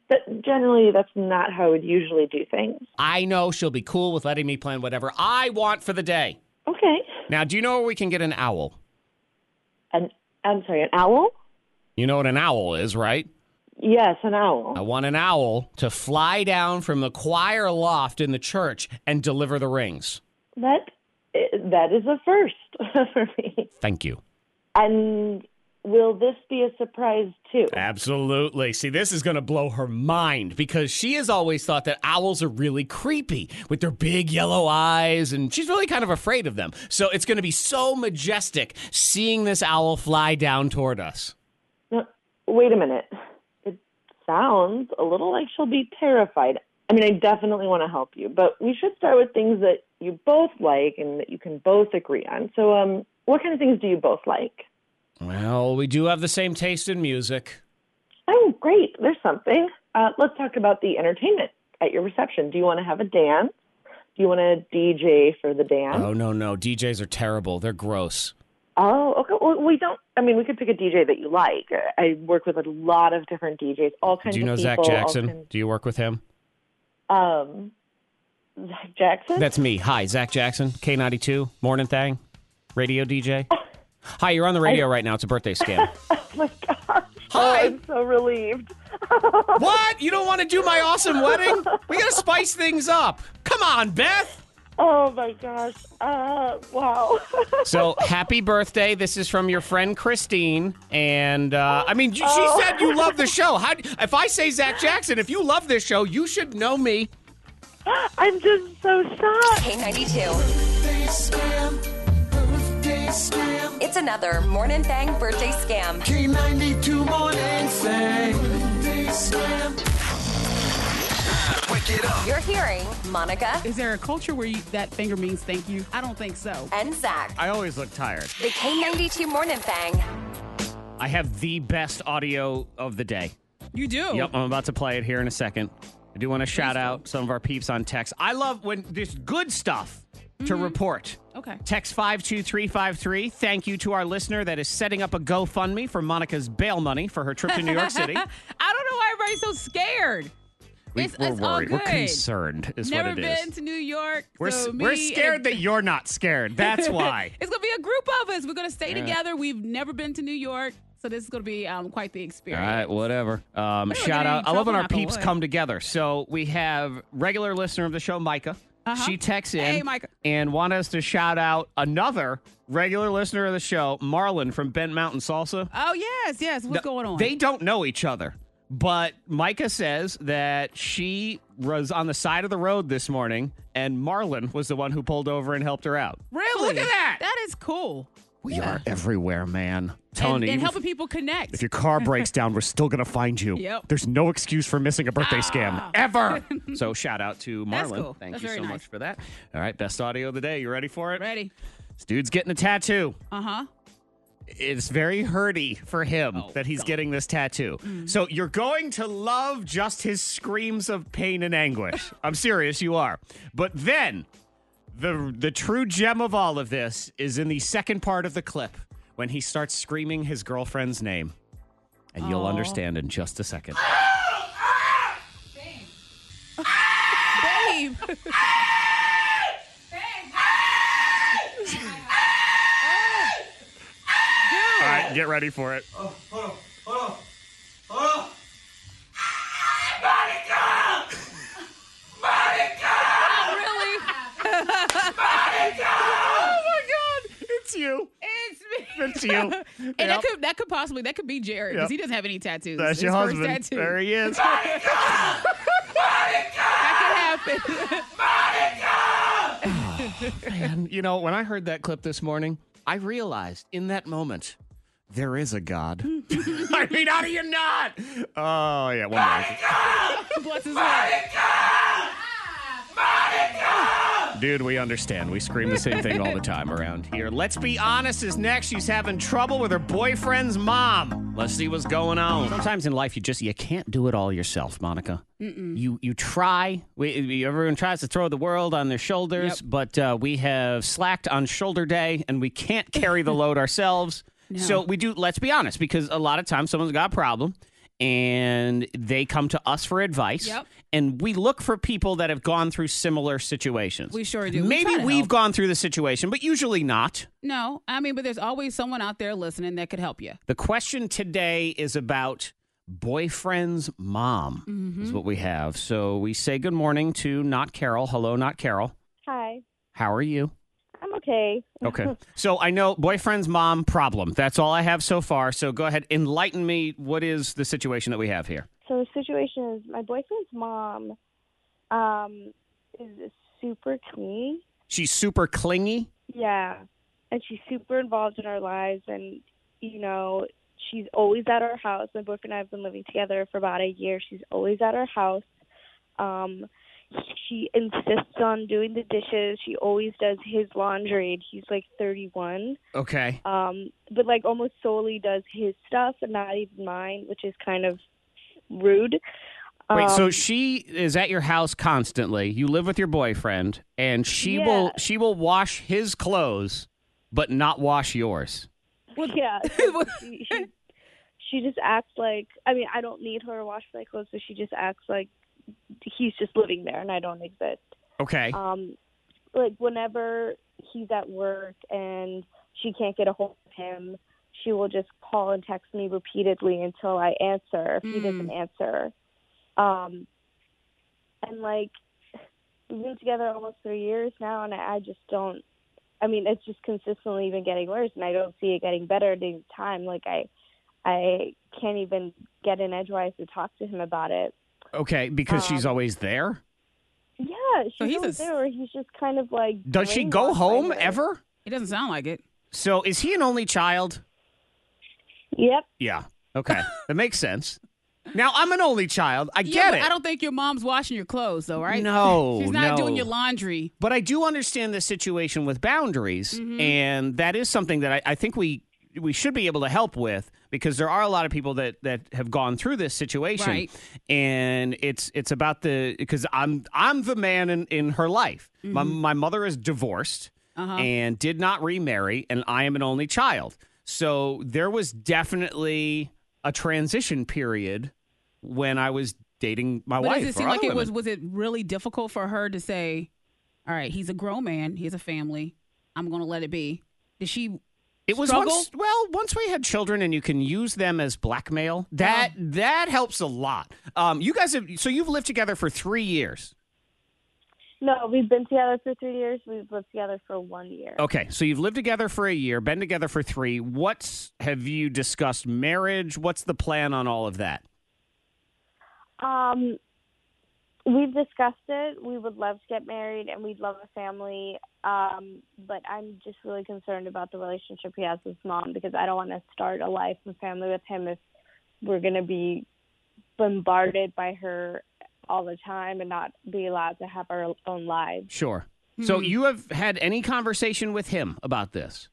H: that, generally that's not how we'd usually do things.
A: I know she'll be cool with letting me plan whatever I want for the day.
H: Okay.
A: Now, do you know where we can get an owl?
H: And I'm sorry, an owl?
A: You know what an owl is, right?
H: Yes, an owl.
A: I want an owl to fly down from the choir loft in the church and deliver the rings.
H: That that is a first for me.
A: Thank you.
H: And will this be a surprise too?
A: Absolutely. See, this is going to blow her mind because she has always thought that owls are really creepy with their big yellow eyes, and she's really kind of afraid of them. So it's going to be so majestic seeing this owl fly down toward us.
H: No, wait a minute. It sounds a little like she'll be terrified. I mean, I definitely want to help you, but we should start with things that you both like and that you can both agree on. So, um, what kind of things do you both like?
A: Well, we do have the same taste in music.
H: Oh, great. There's something. Uh, let's talk about the entertainment at your reception. Do you want to have a dance? Do you want to DJ for the dance?
A: Oh, no, no. DJs are terrible. They're gross.
H: Oh, okay. Well, we don't. I mean, we could pick a DJ that you like. I work with a lot of different DJs, all kinds.
A: Do you know
H: of
A: Zach
H: people, all
A: Jackson? Do you work with him?
H: kinds- um, Zach Jackson.
A: That's me. Hi, Zach Jackson, K92, Morning Thang, radio DJ. Hi, you're on the radio right now. It's a birthday scam.
H: oh my gosh!
A: Hi.
H: Oh, I'm so relieved.
A: what? You don't want to do my awesome wedding? We got to spice things up. Come on, Beth.
H: Oh my gosh. Uh, wow.
A: So happy birthday! This is from your friend Christine, and uh, I mean, you, she said you love the show. How, if I say Zach Jackson, if you love this show, you should know me.
H: I'm just so shocked.
C: K92. It's another Morning Thang birthday scam.
B: Wake it up.
C: You're hearing Monica
E: Is there a culture where you, that finger means thank you? I don't think so.
C: and Zach.
A: I always look tired.
C: The K92 Morning Thang.
A: I have the best audio of the day.
E: You do.
A: Yep, I'm about to play it here in a second. I do want to shout out some of our peeps on text. I love when there's good stuff to report.
E: Okay.
A: Text 52353. Thank you to our listener that is setting up a GoFundMe for Monica's bail money for her trip to New York City.
E: I don't know why everybody's so scared.
A: We,
E: It's-
A: we're
E: it's all
A: worried. We're
E: good.
A: concerned, is
E: Never
A: what it
E: been
A: is.
E: to New York.
A: We're,
E: so
A: s- we're
E: me
A: scared
E: and-
A: that you're not scared. That's why.
E: It's gonna be a group of us. We're gonna stay together. We've never been to New York, so this is gonna be um, quite the
A: All
E: experience.
A: right, whatever. Um,
E: don't
A: shout
E: get
A: out.
E: in
A: I love when
E: trouble,
A: our
E: knock on
A: peeps
E: wood.
A: come together. So we have regular listener of the show, Micah. She texts in
E: Uh-huh. Hey, Micah.
A: and want us to shout out another regular listener of the show, Marlon from Bent Mountain Salsa.
E: Oh yes, yes. What's going on?
A: They don't know each other, but Micah says that she was on the side of the road this morning and Marlon was the one who pulled over and helped her out.
E: really?
A: Look at that.
E: That is cool.
A: we are everywhere, man.
E: And,
A: Tony,
E: and helping people connect.
A: if your car breaks down, we're still going to find you.
E: Yep. Ah.
A: There's no excuse for missing a birthday scam ever. so shout out to Marlon.
E: That's cool.
A: Thank
E: That's
A: you
E: very
A: so
E: nice.
A: much for that. All right, best audio of the day. You ready for it?
E: Ready?
A: This dude's getting a tattoo.
E: Uh huh.
A: It's very hurty for him
E: Oh,
A: that he's getting this tattoo.
E: Mm.
A: So you're going to love just his screams of pain and anguish. I'm serious, you are. But then the the true gem of all of this is in the second part of the clip when he starts screaming his girlfriend's name. And you'll understand in just a second.
E: Babe.
A: Oh All right, get ready for it.
E: really?
A: Oh my god, it's you.
E: It's me.
A: It's you. and
E: And that could that could possibly that could be Jared because he
A: Yep.
E: doesn't have any tattoos.
A: That's
E: His
A: your
E: first
A: husband.
E: tattoo.
A: There he is.
E: That could happen.
A: And you know, when I heard that clip this morning, I realized in that moment there is a God. I mean, how do you not? Oh yeah, one more.
E: Bless his heart.
A: Dude, we understand. We scream the same thing all the time around here. Let's be honest is next. She's having trouble with her boyfriend's mom. Let's see what's going on. Sometimes in life you just you can't do it all yourself, Monica. You you try. We, we- everyone tries to throw the world on their shoulders, but uh, we have slacked on shoulder day and we can't carry the load ourselves. So we do. Let's be honest, because a lot of times someone's got a problem and they come to us for advice,
E: Yep.
A: and we look for people that have gone through similar situations.
E: We sure do. We
A: Maybe
E: try to
A: we've
E: help.
A: gone through the situation, but usually not.
E: No, I mean, but there's always someone out there listening that could help you.
A: The question today is about boyfriend's mom,
E: Mm-hmm.
A: is what we have. So we say good morning to Not Carol. Hello, Not Carol.
I: Hi.
A: How are you?
I: I'm okay.
A: Okay. so I know boyfriend's mom problem. That's all I have so far. So go ahead, enlighten me. What is the situation that we have here?
I: So the situation is my boyfriend's mom um is super clingy.
A: She's super clingy.
I: Yeah. And she's super involved in our lives and you know, she's always at our house. My boyfriend and I have been living together for about a year. She's always at our house. Um she insists on doing the dishes. She always does his laundry. and He's like 31.
A: Okay.
I: um, but like almost solely does his stuff and not even mine, which is kind of rude.
A: Wait, so
I: Um,
A: she is at your house constantly. You live with your boyfriend and she
I: Yeah.
A: will she will wash his clothes but not wash yours.
I: yeah, so she, she, she just acts like I mean I don't need her to wash my clothes, so she just acts like he's just living there and I don't exist.
A: Okay.
E: Uh,
I: Um, like whenever he's at work and she can't get a hold of him, she will just call and text me repeatedly until I answer. If he doesn't answer, um, and like we've been together almost three years now, and I, I just don't. I mean, it's just consistently been getting worse, and I don't see it getting better at any time. Like I, I can't even get in edgewise to talk to him about it.
A: Okay, because
E: uh,
A: she's always there.
I: Yeah, she's
E: So he's a
I: always
E: s-
I: there. Where he's just kind of like.
A: Does she go
I: brainwashed by
A: home
I: her.
A: ever?
E: It doesn't sound like it.
A: So is he an only child?
I: Yep.
A: Yeah. Okay, that makes sense. Now I'm an only child. I
E: yeah,
A: get
E: but
A: it.
E: I don't think your mom's washing your clothes, though, right?
A: No,
E: she's not doing
A: no.
E: your laundry.
A: But I do understand the situation with boundaries,
E: Mm-hmm.
A: and that is something that I, I think we we should be able to help with because there are a lot of people that that have gone through this situation,
E: Right.
A: and it's it's about the because I'm I'm the man in in her life. My
E: Mm-hmm.
A: my mother is divorced
E: Uh-huh.
A: and did not remarry, and I am an only child, so there was definitely a transition period when I was dating my
E: But
A: wife.
E: does it
A: or
E: seem
A: other
E: like it
A: women.
E: was? Was it really difficult for her to say, "All right, he's a grown man, he has a family, I'm going to let it be"? Did she?
A: It was
E: struggle?
A: once well, once we had children and you can use them as blackmail. That that helps a lot. Um you guys have so you've lived together for 3 years.
I: No, we've been together for three years. We've lived together for one year.
A: Okay, so you've lived together for a year, been together for 3. What's have you discussed marriage? What's the plan on all of that?
I: Um, we've discussed it. We would love to get married, and we'd love a family. Um, but I'm just really concerned about the relationship he has with his mom because I don't want to start a life and family with him if we're going to be bombarded by her all the time and not be allowed to have our own lives.
A: Sure. So you have had any conversation with him about this?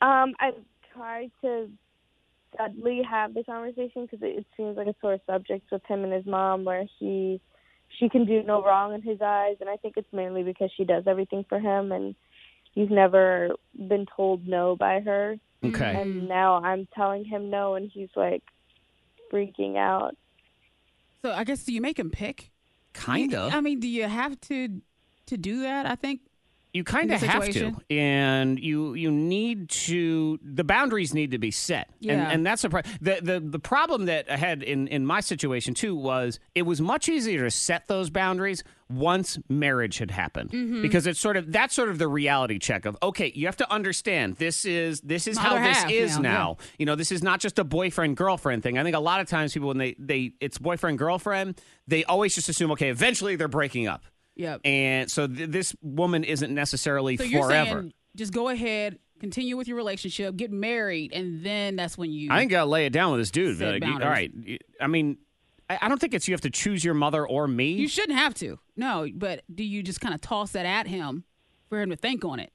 I: Um, I've tried to subtly have the conversation because it, it seems like a sore subject with him and his mom, where he she can do no wrong in his eyes, and I think it's mainly because she does everything for him, and he's never been told no by her,
H: Mm-hmm. Um,
A: Okay.
I: and now I'm telling him no, and he's like freaking out.
E: So I guess do you make him pick?
A: Kind of.
E: I mean, do you have to to do that? I think.
A: you kind
E: the
A: of have to
E: situation.
A: and you you need to the boundaries need to be set
E: Yeah.
A: and, and that's the, pro- the the the problem that i had in in my situation too was it was much easier to set those boundaries once marriage had happened
E: Mm-hmm.
A: because it's sort of that's sort of the reality check of okay you have to understand this is this is
E: My
A: how
E: other
A: this
E: half
A: is
E: now, yeah.
A: now you know this is not just a boyfriend girlfriend thing i think a lot of times people when they they it's boyfriend girlfriend they always just assume okay eventually they're breaking up
E: Yep.
A: and so th- this woman isn't necessarily
E: so you're
A: forever.
E: saying just go ahead, continue with your relationship, get married, and then that's when you.
A: I ain't gotta lay it down with this dude.
E: Set
A: you- all
E: boundaries.
A: right. you- I mean, I, I don't think it's you have to choose your mother or me.
E: you shouldn't have to. No, but do you just kind of toss that at him for him to think on it?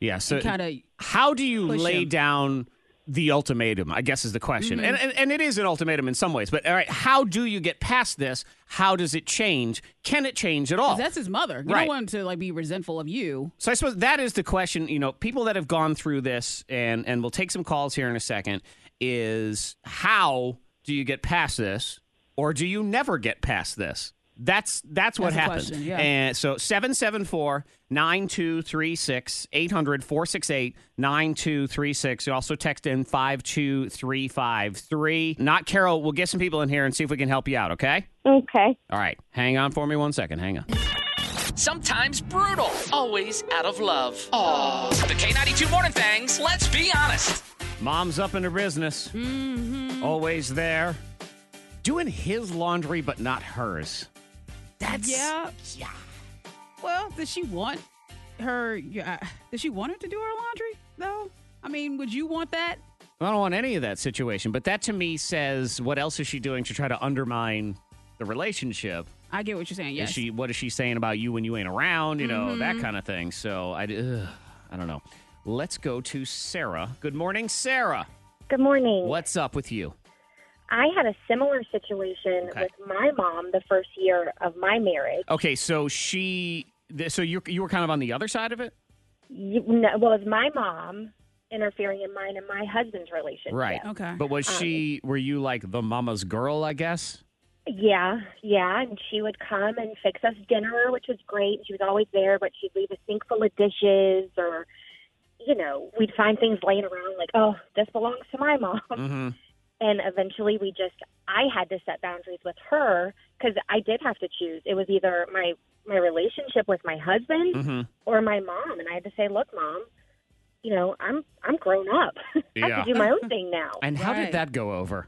A: yeah. So
E: Kind of.
A: how do you
E: push
A: lay
E: him. Mm-hmm.
A: down the ultimatum? I guess is the question. And, and and it is an ultimatum in some ways. But all right, how do you get past this? How does it change? Can it change at all?
E: That's his mother. You
A: Oh. Right.
E: don't want him to like be resentful of you.
A: So I suppose that is the question. You know, people that have gone through this, and and we'll take some calls here in a second. Is how do you get past this, or do you never get past this? That's that's what
E: That's the
A: happens.
E: question, yeah.
A: And so 774 9236 800 468 9236. You also text in 52353. Not Carol. We'll get some people in here and see if we can help you out, okay?
I: Okay.
A: All right. Hang on for me one second. Hang on.
J: Sometimes brutal, always out of love. Aww. The K92 Morning Thangs, let's be honest.
A: Mom's up in her business.
E: Mm-hmm.
A: Always there. Doing his laundry, but not hers. That's.
E: Yeah. Yeah. Well, does she want her? Yeah, uh, does she want her to do her laundry though? I mean, would you want that?
A: I don't want any of that situation, but that to me says what else is she doing to try to undermine the relationship?
E: I get what you're saying. Yes. Mm-hmm.
A: Is she what is she saying about you when you ain't around? You know that kind of thing. So I, ugh, I don't know. Let's go to Sarah. Good morning, Sarah.
K: Good morning.
A: What's up with you?
K: I had a similar situation
A: Okay.
K: with my mom the first year of my marriage.
A: Okay, so she, th- so you you were kind of on the other side of it,
K: You, no, well, it was my mom interfering in mine and my husband's relationship.
A: right?
E: Okay. Uh,
A: But was she? Were you like the mama's girl? I guess.
K: Yeah, yeah. And she would come and fix us dinner, which was great. She was always there, but she'd leave a sink full of dishes or,
A: Mm-hmm.
K: you know, we'd find things laying around like, oh, this belongs to my mom. And eventually we just, I had to set boundaries with her because I did have to choose. It was either my, my relationship with my husband or my mom. And I had to say, look, mom, you know, I'm, I'm grown up. I
A: Yeah.
K: have to do my own thing now.
A: And how did that go over?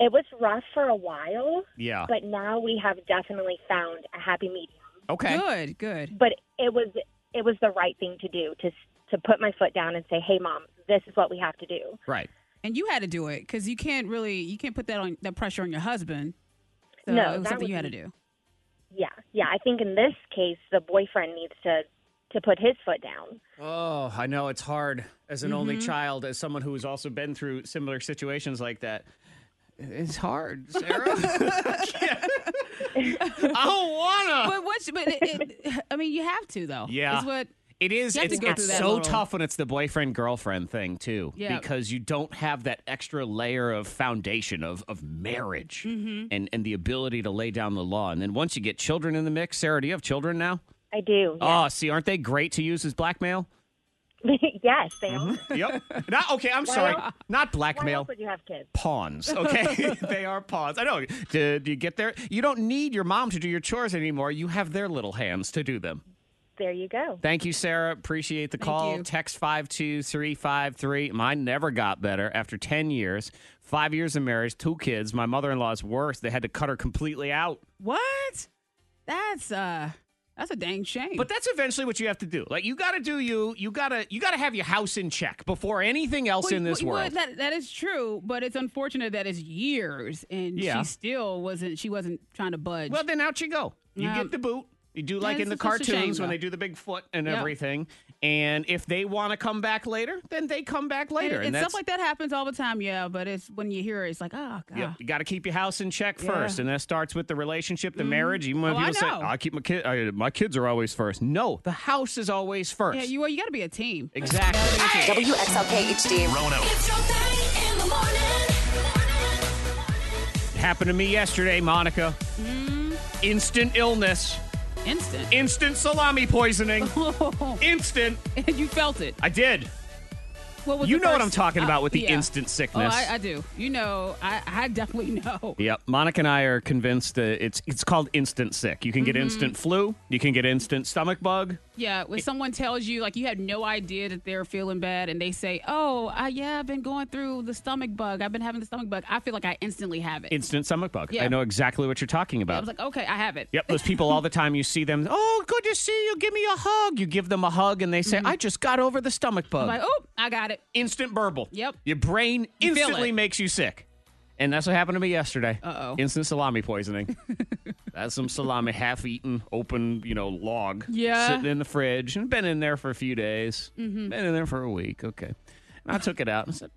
K: It was rough for a while.
A: Yeah.
K: But now we have definitely found a happy medium.
A: Okay.
E: Good, good.
K: But it was it was the right thing to do to to put my foot down and say, "Hey, mom, this is what we have to do."
A: Right.
E: And you had to do it because you can't really you can't put that on that pressure on your husband. So
K: No,
E: it was
K: that
E: something you
K: would
E: had to
K: be-
E: do.
K: Yeah, yeah. I think in this case, the boyfriend needs to to put his foot down.
A: Oh, I know it's hard as an only
E: Mm-hmm.
K: Mhm.
A: child, as someone who's also been through similar situations like that. It's hard, Sarah. I don't wanna.
E: But what's but it, it, I mean, you have to though.
A: Yeah.
E: Is what
A: It is.
E: You have to
A: It's,
E: go
A: it's
E: through that
A: so
E: little-
A: tough when it's the boyfriend girlfriend thing too,
E: Yeah.
A: because you don't have that extra layer of foundation of of marriage
E: Mm-hmm.
A: and and the ability to lay down the law. And then once you get children in the mix, Sarah, do you have children now?
K: I do.
A: Oh, see, aren't they great to use as blackmail?
K: yes, they are.
A: yep. Not, okay, I'm
K: Why
A: sorry.
K: else-
A: Not
K: Why
A: blackmail.
K: else would you have kids?
A: Pawns, okay? they are pawns. I know. Do, do you get there? You don't need your mom to do your chores anymore. You have their little hands to do them.
K: There you go.
A: Thank you, Sarah. Appreciate the call. Text 52353. Mine never got better after 10 years, five years of marriage, two kids. My mother in law's worse. They had to cut her completely out.
E: what? That's uh that's a dang shame.
A: But that's eventually what you have to do. Like you got to do you. You got to you got to have your house in check before anything else
E: Well,
A: in this
E: well,
A: world.
E: that that is true, but it's unfortunate that it's years and
A: Yeah.
E: she still wasn't she wasn't trying to budge.
A: Well, then out you go. You
E: Yeah.
A: get the boot. You do
E: Yeah,
A: like in the
E: it's such a shame,
A: cartoons when
E: though.
A: they do the big foot and
E: Yeah.
A: everything. And if they want to come back later, then they come back later.
E: And, and stuff like that happens all the time, yeah. But it's when you hear it, it's like, oh god.
A: Yep, you got to keep your house in check
E: Yeah.
A: first, and that starts with the relationship, the marriage. Even when
E: Oh, I
A: people say,
E: know.
A: "I keep my kid, I, my kids are always first. No, the house is always first.
E: Yeah, you well, you got to be a team.
A: exactly.
C: WXLK HD.
B: Oh,
A: Rono. Happened to me yesterday, Monica.
E: Mm-hmm.
A: Instant illness.
E: Instant.
A: Instant salami poisoning. Instant.
E: And you felt it.
A: I did.
E: What was
A: You
E: the
A: know what
E: first-
A: I'm talking about
E: Uh,
A: with the
E: yeah.
A: instant sickness.
E: Oh, I, I do. You know, I, I definitely know.
A: Yep. Monica and I are convinced that it's it's called instant sick. You can
E: Mm-hmm.
A: get instant flu. You can get instant stomach bug.
E: Yeah, when someone tells you like you have no idea that they're feeling bad, and they say, "Oh, I, yeah, I've been going through the stomach bug. I've been having the stomach bug. I feel like I instantly have it."
A: Instant stomach bug.
E: Yeah.
A: I know exactly what you're talking
E: I
A: about.
E: was like, "Okay, I have it."
A: Yep, those people all the time you see them, oh, good to see you. Give me a hug. You give them a hug and they say, I just got over the stomach bug.
E: Mm-hmm. I'm like, "Oh, I got it."
A: Instant burble.
E: Yep.
A: Your brain
E: You feel
A: instantly
E: it.
A: makes you sick. And that's what happened to me yesterday.
E: Uh-oh.
A: Instant salami poisoning. that's some salami half eaten, open, you know, log.
E: Yeah.
A: Sitting in the fridge and been in there for a few days.
E: Mhm.
A: Been in there for a week. Okay. And I took it out and said,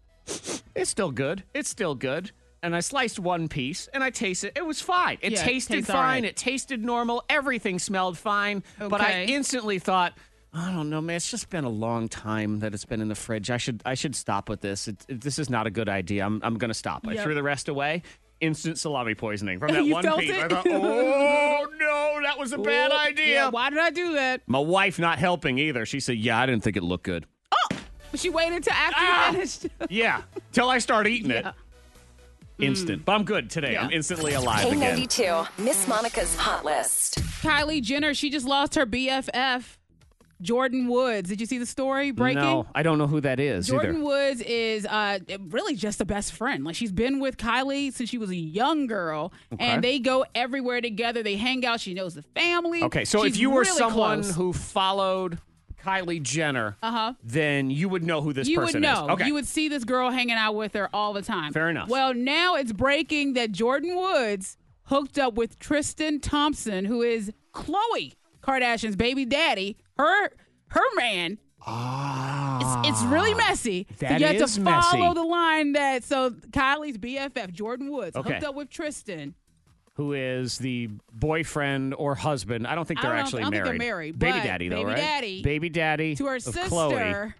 A: it's still good. It's still good. And I sliced one piece and I tasted it was fine. It
E: Yeah, it
A: tasted
E: tastes all
A: fine.
E: right.
A: It tasted normal. Everything smelled fine. But I
E: Okay.
A: instantly thought, I don't know, man, it's just been a long time that it's been in the fridge. I should I should stop with this. It, it- this is not a good idea. I'm I'm gonna stop. I
E: Yep.
A: threw the rest away. Instant salami poisoning from that
E: You
A: one
E: felt
A: piece.
E: it?
A: I thought, oh no, that was a bad
E: Oh,
A: idea.
E: yeah, why did I do that?
A: My wife not helping either. She said, Yeah, I didn't think it looked good.
E: But she waited till after
A: Ah!
E: you finished.
A: Yeah, till I start eating it. Instant. But I'm good today. I'm instantly alive again.
C: K92, Miss Monica's Hot List.
E: Kylie Jenner, she just lost her BFF, Jordan Woods. Did you see the story breaking?
A: No, I don't know who that is
E: Jordan
A: either.
E: Woods is uh, really just a best friend. Like she's been with Kylie since she was a young girl,
A: Okay.
E: and they go everywhere together. They hang out. She knows the family.
A: Okay, so
E: She's
A: if you were
E: really
A: someone
E: close.
A: who followed Kylie Jenner,
E: Uh-huh.
A: then you would know who this
E: you would
A: person
E: know,
A: is. Okay.
E: you would see this girl hanging out with her all the time.
A: Fair enough.
E: Well, now it's breaking that Jordan Woods hooked up with Tristan Thompson, who is Khloe Kardashian's baby daddy. Her her man.
A: ah,
E: It's really messy. So
A: That
E: you have
A: is
E: to
A: messy.
E: follow the line that so Kylie's BFF Jordan Woods
A: Okay.
E: hooked up with Tristan.
A: who is the boyfriend or husband? I don't think
E: I
A: they're
E: don't know-
A: actually
E: I don't think
A: married.
E: they're married,
A: Baby
E: but
A: daddy, though,
E: baby
A: right?
E: daddy
A: Baby daddy
E: to her
A: of
E: sister.
A: Chloe.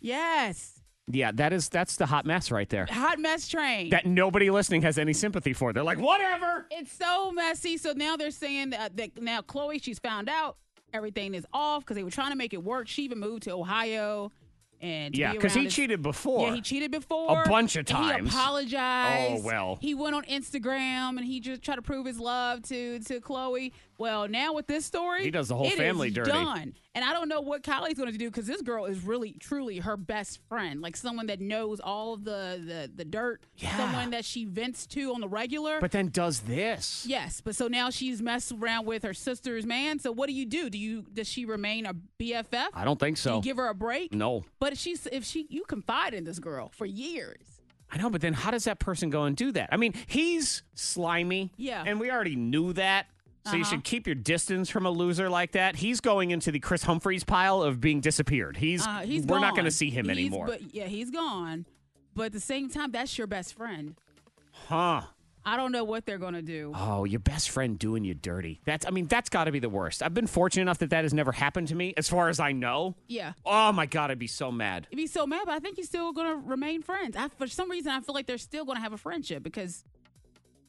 E: Yes,
A: Yeah, that is that's the hot mess right there.
E: hot mess train.
A: That nobody listening has any sympathy for. They're like, whatever.
E: it's so messy. So now they're saying that, that now Chloe, she's found out everything is off because they were trying to make it work. She even moved to Ohio. and to
A: Yeah,
E: be
A: because he
E: around his-
A: cheated before.
E: Yeah, he cheated before
A: A bunch of
E: and
A: times.
E: He apologized.
A: Oh, well.
E: He went on Instagram and he just tried to prove his love to to Chloe. Well, now with this story,
A: He does the whole
E: it is
A: family dirty.
E: Done. And I don't know what Kylie's going to do because this girl is really, truly her best friend, like someone that knows all of the the the dirt, someone that she vents to on the regular.
A: But then does this.
E: Yes, but so now she's messed around with her sister's man. So what do you do? Do you does she remain a BFF?
A: I don't think
E: Do
A: so.
E: you give her a break?
A: No.
E: But if she's if she you confide in this girl for years.
A: I know, but then how does that person go and do that? I mean, he's slimy.
E: Yeah. Uh-huh.
A: And we already knew that. So you should keep your distance from a loser like that. He's going into the Chris Humphreys pile of being disappeared. He's,
E: Uh, he's
A: we're not going to
E: gone.
A: see him
E: He's-
A: anymore.
E: But yeah, he's gone. But at the same time, that's your best friend.
A: huh.
E: I don't know what they're gonna do.
A: Oh, your best friend doing you dirty. That's I mean, that's got to be the worst. I've been fortunate enough that that has never happened to me as far as I know.
E: Yeah.
A: Oh my god, I'd be so mad.
E: It'd be so mad, but I think he's still gonna remain friends. I, for some reason, I feel like they're still gonna have a friendship because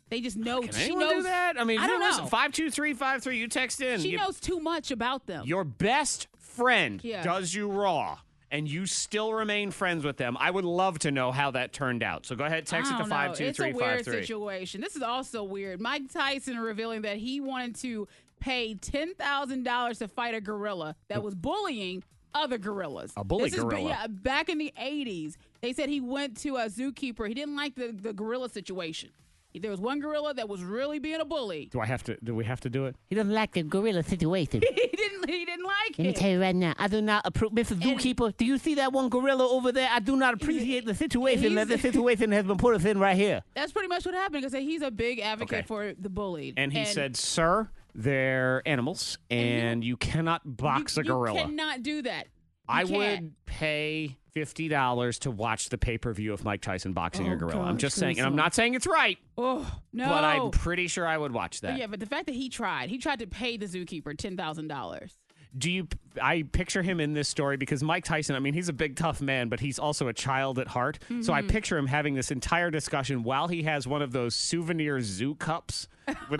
E: they just know.
A: Can
E: Oh, she
A: anyone
E: knows
A: do that? I mean,
E: I don't know.
A: listen, 52353, you text in.
E: she
A: You-
E: knows too much about them.
A: Your best friend
E: Yeah.
A: does you raw and you still remain friends with them. I would love to know how that turned out. So go ahead, text
E: I
A: it to
E: don't know. It's a
A: 52353.
E: weird situation. This is also weird. Mike Tyson revealing that he wanted to pay ten thousand dollars to fight a gorilla that was bullying other gorillas.
A: A bully
E: This is ba-
A: gorilla.
E: yeah, back in the eighties, they said he went to a zookeeper. He didn't like the, the gorilla situation. There was one gorilla that was really being a bully.
A: Do I have to do we have to do it?
L: You don't like the gorilla situation.
E: he didn't. He didn't like
L: Let me
E: it.
L: tell you right now, I do not approve. Mr. Zookeeper, do you see that one gorilla over there? I do not appreciate the situation that the situation has been put us in right here.
E: That's pretty much what happened because he's a big advocate
A: Okay.
E: for the bullied.
A: And he said, "Sir, they're animals and you cannot box a
E: "You
A: gorilla."
E: cannot do that." You
A: I
E: can't.
A: would pay fifty dollars to watch the pay per view of Mike Tyson boxing a
E: Oh,
A: gorilla. I'm
E: gosh,
A: just saying, and I'm
E: Grissom.
A: not saying it's right,
E: Oh no!
A: but I'm pretty sure I would watch
E: But
A: that.
E: yeah, but the fact that he tried, he tried to pay the zookeeper ten thousand dollars.
A: Do you? I picture him in this story because Mike Tyson. I mean, he's a big, tough man, but he's also a child at heart. So I
E: Mhm.
A: picture him having this entire discussion while he has one of those souvenir zoo cups with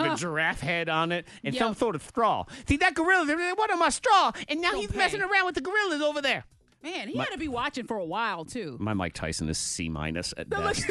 A: a giraffe head on it and some
L: Yep.
A: sort of straw. See that gorilla? They wanted my straw, and now he's messing around with the gorillas over there.
E: Man, he
A: My-
E: had to be watching for a while too.
A: My Mike Tyson is C minus at best.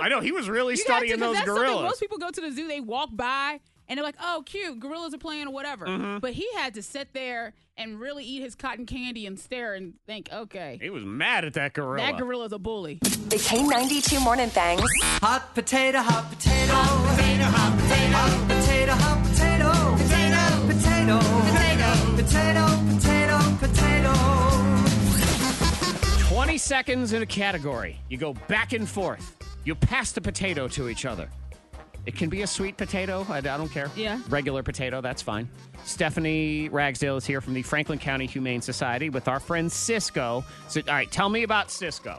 A: I know he was really studying
E: You got to, 'cause
A: those
E: that's something- Most
A: gorillas.
E: people go to the zoo, they walk by and they're like, "Oh, cute, gorillas are playing or whatever."
A: Mhm.
E: But he had to sit there and really eat his cotton candy and stare and think, "Okay,
A: He was mad at that gorilla.
E: that gorilla's a bully."
C: The K92 Morning Thang. Hot potato, hot potato. Hot potato, hot potato. Hot potato, hot potato. Potato, potato. Potato, potato, potato, potato.
A: 20 seconds in a category. You go back and forth. You pass the potato to each other. It can be a sweet potato. I, I don't care.
E: Yeah.
A: Regular potato, that's fine. Stephanie Ragsdale is here from the Franklin County Humane Society with our friend Cisco. So, all right, tell me about Cisco.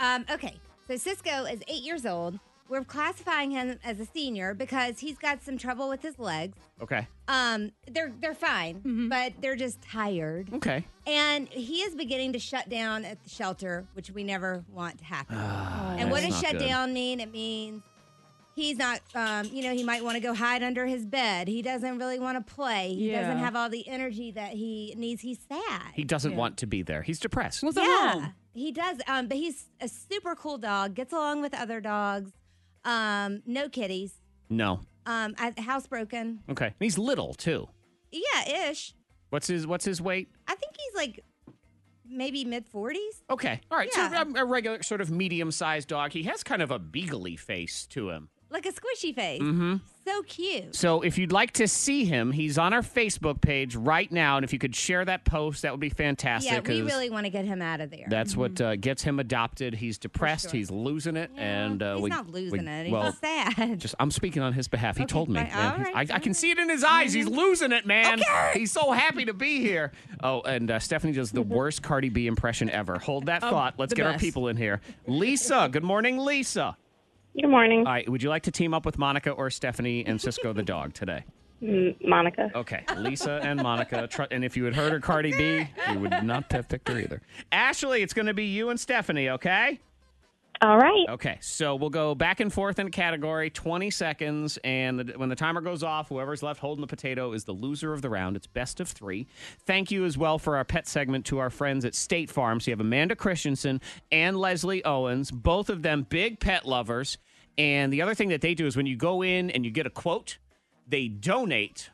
M: Um, okay, so Cisco is eight years old. We're classifying him as a senior because he's got some trouble with his legs.
A: Okay.
M: Um, they're they're fine, but they're just tired.
A: Okay.
M: And he is beginning to shut down at the shelter, which we never want to happen. and
N: that's
M: what does
N: not
M: shut
N: good.
M: down mean? It means he's not, um, you know, he might want to go hide under his bed. He doesn't really want to play. He
A: Yeah.
M: doesn't have all the energy that he needs. He's sad.
A: He doesn't
M: Yeah.
A: want to be there. He's depressed.
M: yeah, he does. Um, but he's a super cool dog. Gets along with other dogs. Um, no kitties.
A: No.
M: Um, I- housebroken.
A: Okay. And he's little too.
M: Yeah, ish.
A: What's his What's his weight?
M: I think he's like maybe mid forties.
A: Okay. All right.
M: Yeah.
A: So um, a regular sort of medium sized dog. He has kind of a beagly face to him.
M: Like a squishy face.
A: Mm-hmm.
M: So cute.
A: So if you'd like to see him, he's on our Facebook page right now, and if you could share that post, that would be fantastic.
M: yeah, we
A: 'cause
M: really Mm-hmm. want to get him out of there.
A: That's what uh, gets him adopted. He's depressed. He's losing it, and uh,
M: he's
A: we,
M: not losing
A: we-
M: it. He's
A: well,
M: sad.
A: Just I'm speaking on his behalf. He told me.
M: fine.
A: man.
M: All
A: He's-
M: right, Mm-hmm.
A: I, I can see it in his eyes. He's losing it, man. He's so happy to be here. Oh, and uh, Stephanie does
M: Mm-hmm.
A: the worst Cardi B impression ever. Hold that
K: Um,
A: thought. Let's
K: the
A: get our
K: best.
A: people in here. Lisa, good morning, Lisa.
K: Good morning.
A: All right, would you like to team up with Monica or Stephanie and Cisco the dog today?
K: M- Monica.
A: Okay, Lisa and Monica. Tr- and if you had heard her Cardi B, you would not have picked her either. Ashley, it's going to be you and Stephanie, okay?
K: All right.
A: Okay, so we'll go back and forth in a category, 20 seconds, and the, when the timer goes off, whoever's left holding the potato is the loser of the round. It's best of three. Thank you as well for our pet segment to our friends at State Farm. So you have Amanda Christensen and Leslie Owens, both of them big pet lovers. And the other thing that they do is when you go in and you get a quote, they donate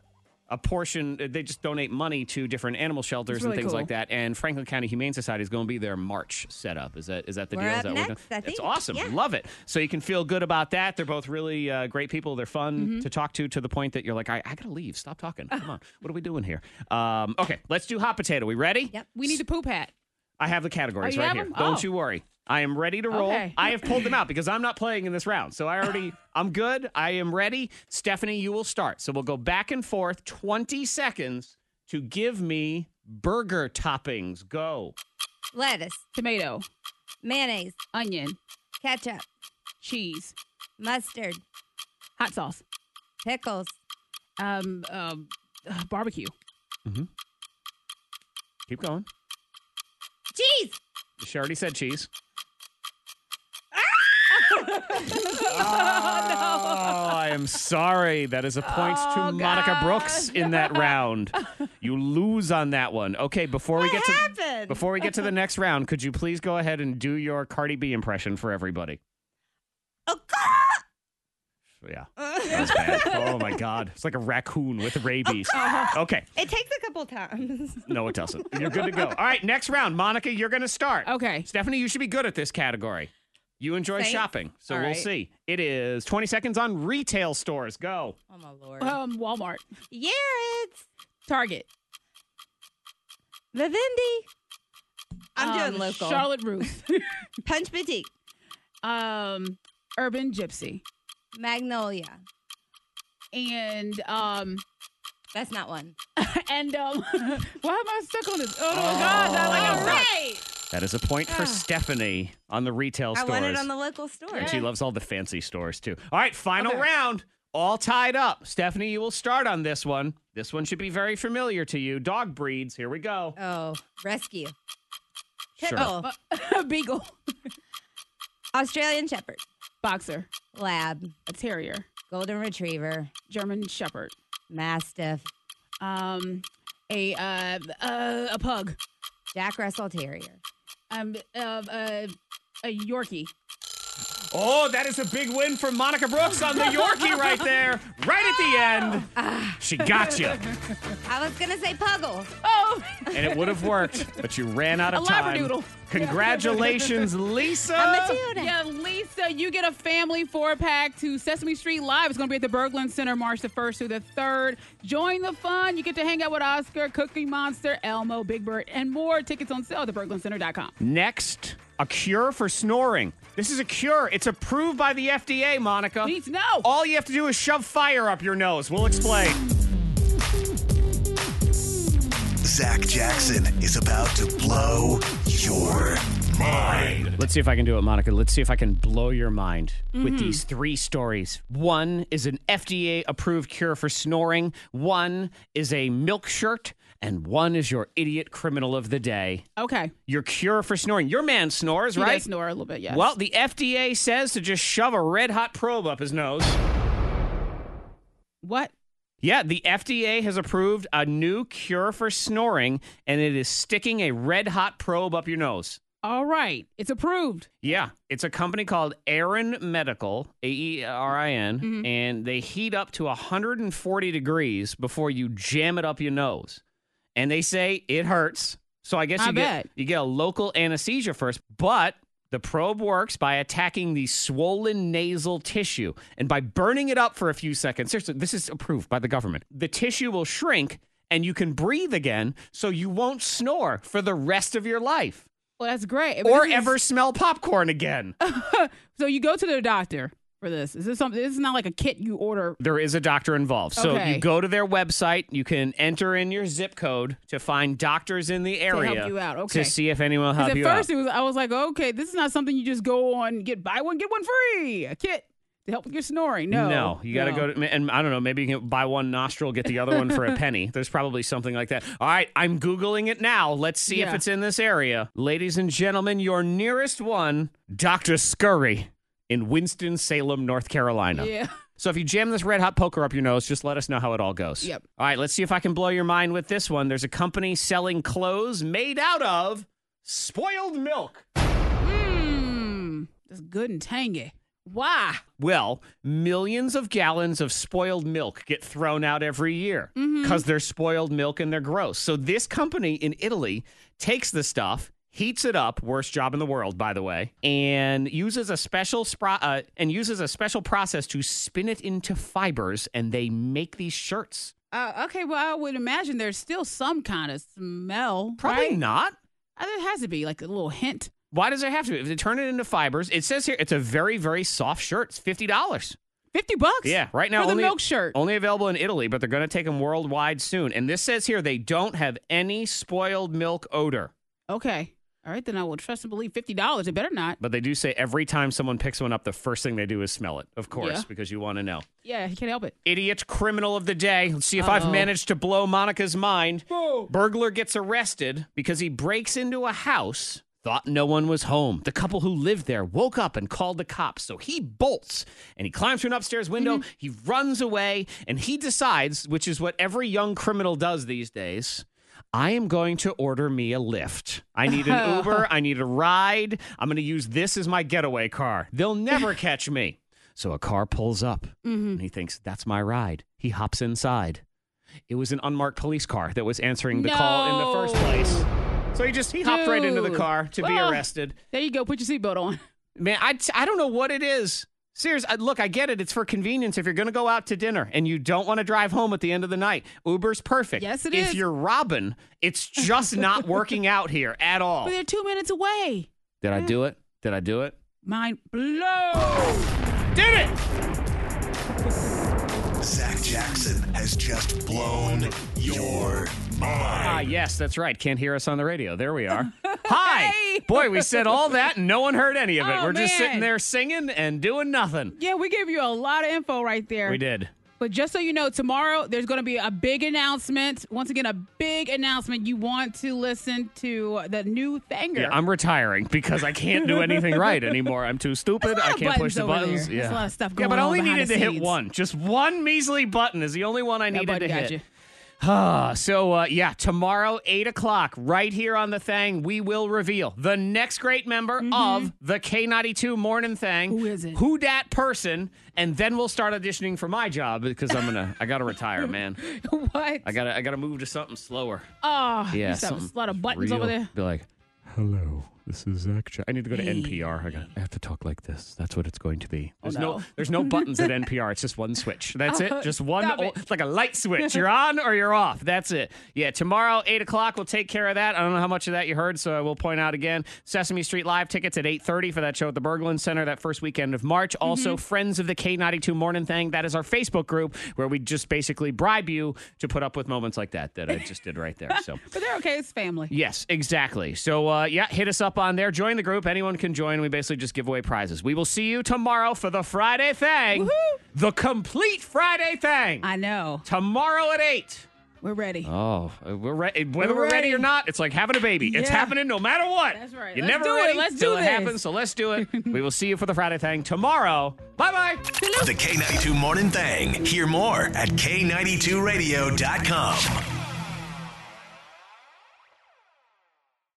A: a portion they just donate money to different animal shelters
M: really
A: and things
M: cool.
A: like that and franklin county humane society is going to be their march setup is that is that the
M: We're
A: deal is
M: up
A: that what we're
M: next,
A: doing?
M: I
A: That's
M: think.
A: awesome
M: Yeah.
A: love it so you can feel good about that they're both really uh, great people they're fun
M: Mm-hmm.
A: to talk to to the point that you're like i, I gotta leave stop talking come on what are we doing here um, okay let's do hot potato we ready
E: Yep. We need the poop hat.
A: i have the
E: Oh,
A: categories
E: you
A: right
E: have
A: here
E: them?
A: don't
E: Oh.
A: you worry I am ready to roll.
E: Okay.
A: I have pulled them out because I'm not playing in this round. So I already, I'm good. I am ready. Stephanie, you will start. So we'll go back and forth 20 seconds to give me burger toppings. Go.
M: Lettuce.
E: Tomato.
M: Mayonnaise.
E: Onion.
M: Ketchup.
E: Cheese.
M: Mustard.
E: Hot sauce.
M: Pickles.
E: Um, um uh, barbecue.
A: Keep going.
M: Cheese.
A: She already said cheese.
M: Ah!
A: Oh, I am sorry. That is a point
M: Oh,
A: to Monica Brooks in that round. You lose on that one. Okay, before we get to
M: happened?
A: before we get to the next round, could you please go ahead and do your Cardi B impression for everybody?
M: Oh,
A: Yeah. That was bad. Oh my god. It's like a raccoon with rabies. Okay.
M: It takes a couple times.
A: No, it doesn't. You're good to go. All right, next round. Monica, you're going to start.
E: Okay.
A: Stephanie, you should be good at this category. You enjoy
E: Thanks.
A: shopping, so
E: All
A: we'll
E: right.
A: see. It is 20 seconds on retail stores. Go.
M: Oh my lord.
E: Um, Walmart.
M: Yarrett's.
E: Target.
M: Vivendi. I'm
E: Um,
M: doing local.
E: Charlotte Ruth.
M: Punch Boutique.
E: um, Urban Gypsy.
M: Magnolia.
E: And um,
M: That's not one.
E: and um, why am I stuck on this? Oh my God! I like I'm stuck.
M: Right.
A: That is a point for
M: Ah.
A: Stephanie on the retail
M: I
A: stores.
M: won it on the local store.
A: and she loves all the fancy stores, too. All right, final round. All tied up. Stephanie, you will start on this one. This one should be very familiar to you. Dog breeds. Here we go.
M: Oh, rescue.
A: Sure.
M: Pitbull.
E: Beagle.
M: Australian Shepherd.
E: Boxer.
M: Lab.
E: A terrier.
M: Golden Retriever.
E: German Shepherd.
M: Mastiff.
E: Um, a uh, uh a pug.
M: Jack Russell Terrier.
E: Um, uh, uh, a Yorkie.
A: Oh, that is a big win for Monica Brooks on the Yorkie right there, right at the end.
M: Ah.
A: She got you.
M: I was going to say Puggle.
E: Oh,
A: and it would have worked, but you ran out of
E: A
A: time.
E: labradoodle.
A: Congratulations, Lisa.
E: Yeah, Lisa, you get a family four pack to Sesame Street Live. It's going to be at the Berglund Center March the 1st through the 3rd. Join the fun. You get to hang out with Oscar, Cookie Monster, Elmo, Big Bird, and more. Tickets on sale at theberglundcenter.com.
A: Next, a cure for snoring. This is a cure. It's approved by the FDA, Monica.
E: We need to know.
A: All you have to do is shove fire up your nose. We'll explain.
B: Zach Jackson is about to blow your mind.
A: Let's see if I can do it, Monica. Let's see if I can blow your mind with
E: Mm-hmm.
B: Mhm.
A: these three stories. One is an FDA approved cure for snoring, one is a milk shirt, and one is your idiot criminal of the day.
E: Okay.
A: Your cure for snoring. Your man snores,
E: He
A: right?
E: does snore a little bit, yes.
A: Well, the FDA says to just shove a red hot probe up his nose.
E: What?
A: Yeah, the FDA has approved a new cure for snoring, and it is sticking a red hot probe up your nose.
E: All right. It's approved.
A: Yeah, it's a company called Aaron Medical, A E R I
E: Mm-hmm.
A: N, and they heat up to 140 degrees before you jam it up your nose. And they say it hurts. So I guess
E: I
A: you get
E: bet.
A: you get a local anesthesia first, but the probe works by attacking the swollen nasal tissue and by burning it up for a few seconds. Seriously, this is approved by the government. The tissue will shrink and you can breathe again, so you won't snore for the rest of your life
E: Well, that's great. I mean,
A: or
E: this is-
A: ever smell popcorn again.
E: So you go to the doctor for this. Is this something? This is not like a kit you order.
A: There is a doctor involved. So
E: Okay.
A: you go to their website, you can enter in your zip code to find doctors in the
E: help
A: area
E: you out.
A: to
E: Okay.
A: see if anyone will
E: 'Cause
A: help
E: at
A: you
E: first
A: out.
E: it was I was like, okay, this is not something you just go on get buy one get one free a kit to help with your snoring. No,
A: No, you got to go to, and I don't know, maybe you can buy one nostril, get the other one for a penny. There's probably something like that. All right, I'm Googling it now. Let's see if
E: Yeah.
A: it's in this area. Ladies and gentlemen, your nearest one, Dr. Scurry in Winston-Salem, North Carolina.
E: Yeah.
A: So if you jam this red hot poker up your nose, just let us know how it all goes.
E: Yep.
A: All right, let's see if I can blow your mind with this one. There's a company selling clothes made out of spoiled milk.
E: Mmm, that's good and tangy. Why?
A: Well, millions of gallons of spoiled milk get thrown out every year
E: Mhm.
A: because they're spoiled milk and they're gross. So this company in Italy takes the stuff, heats it up, worst job in the world, by the way, and uses a special spro- uh, and uses a special process to spin it into fibers, and they make these shirts.
E: Uh, okay, well, I would imagine there's still some kind of smell.
A: Probably
E: right?
A: not.
E: Uh, There has to be like a little hint.
A: Why does it have to? If they turn it into fibers, it says here it's a very, very soft shirt. It's fifty dollars.
E: 50 bucks?
A: Yeah, right now
E: For the
A: only,
E: milk shirt.
A: only available in Italy, but they're going to take them worldwide soon. And this says here they don't have any spoiled milk odor,
E: Okay. All right, then I will trust and believe $50. It better not.
A: but they do say every time someone picks one up, the first thing they do is smell it, of course,
E: Yeah.
A: because you want to know.
E: Yeah, you can't help it.
A: Idiot criminal of the day. Let's see if I've
E: Uh-oh.
A: managed to blow Monica's mind. Burglar gets arrested because he breaks into a house. Thought no one was home. The couple who lived there woke up and called the cops. So he bolts and he climbs through an upstairs window. He runs away and he decides, which is what every young criminal does these days I am going to order me a Lyft. I need an Uber. I need a ride. I'm going to use this as my getaway car. They'll never catch me. So a car pulls up
E: Mm-hmm.
A: and he thinks, that's my ride. He hops inside. It was an unmarked police car that was answering the call in the first place. So he just he hopped right into the
E: Dude. Ah.
A: car to
E: Well,
A: be arrested.
E: There you go. Put your seatbelt on.
A: Man, I, t- I don't know what it is. Serious, I, look, I get it. It's for convenience. If you're going to go out to dinner and you don't want to drive home at the end of the night, Uber's perfect.
E: Yes, it
A: if
E: is.
A: you're robbing, it's just not working out here at all.
E: But they're two minutes away.
A: Did I do it? Did I do it?
E: Mind blow.
A: Did it!
B: Zach Jackson has just blown your
A: Ah,
B: mind.
A: yes, that's right. Can't hear us on the radio. There we are. Hi. Boy, we said all that and no one heard any of it.
E: Oh,
A: We're just
E: man.
A: sitting there singing and doing nothing.
E: Yeah, we gave you a lot of info right there.
A: We did.
E: But just so you know, tomorrow there's going to be a big announcement. Once again, a big announcement. You want to listen to the new Thanger.
A: Yeah, I'm retiring because I can't do anything right anymore. I'm too stupid. I can't
E: buttons
A: push the
E: over there.
A: buttons.
E: There's a lot of stuff
A: Yeah,
E: going
A: but I
E: on
A: only
E: behind
A: needed
E: the
A: to hit
E: scenes.
A: one. Just one measly button is the only one I needed
E: buddy
A: to
E: got
A: hit.
E: you.
A: Ah, so uh, yeah, tomorrow eight o'clock, right here on the thing, we will reveal the next great member of the K ninety two morning thing. Mm-hmm. Who is it? Who dat person? And then we'll start auditioning for my job because I'm gonna I gotta retire, man.
E: what?
A: I gotta I gotta move to something slower.
E: Oh,
A: Yeah,
E: you saw
A: something
E: a lot of buttons over
A: real-
E: there.
A: Be like, hello, this is Zach. Ch- I need to go to
E: Hey. Oh,
A: NPR. I, got I have to talk like this. That's what it's going to be. There's no.
E: no.
A: there's no buttons at NPR. It's just one switch. That's it.
E: Oh,
A: Just one.
E: stop
A: o-
E: it.
A: It's like a light switch. You're on or you're off. That's it. Yeah. Tomorrow, eight o'clock, we'll take care of that. I don't know how much of that you heard, so I will point out again. Sesame Street Live tickets at eight thirty for that show at the Berglund Center that first weekend of March.
E: Mm-hmm.
A: Also, Friends of the K ninety two Morning Thing. That is our Facebook group where we just basically bribe you to put up with moments like that that I just did right there. So.
E: But they're okay. It's family.
A: Yes, exactly. So, uh, yeah, hit us up on there. Join the group. Anyone can join. We basically just give away prizes. We will see you tomorrow for the Friday thing. The complete Friday thing.
E: I know.
A: Tomorrow at 8.
E: We're ready.
A: Oh, uh, we're ready. Whether
E: We're
A: we're ready.
E: ready.
A: or not, it's like having a baby. It's
E: Yeah.
A: happening no matter what.
E: That's right.
A: You're
E: Let's
A: never
E: do it.
A: ready
E: Let's
A: till
E: do
A: it
E: this.
A: happens. So let's do it. we will see you for the Friday thing tomorrow. Bye bye.
B: The K92 Morning Thing. Hear more at K92Radio.com.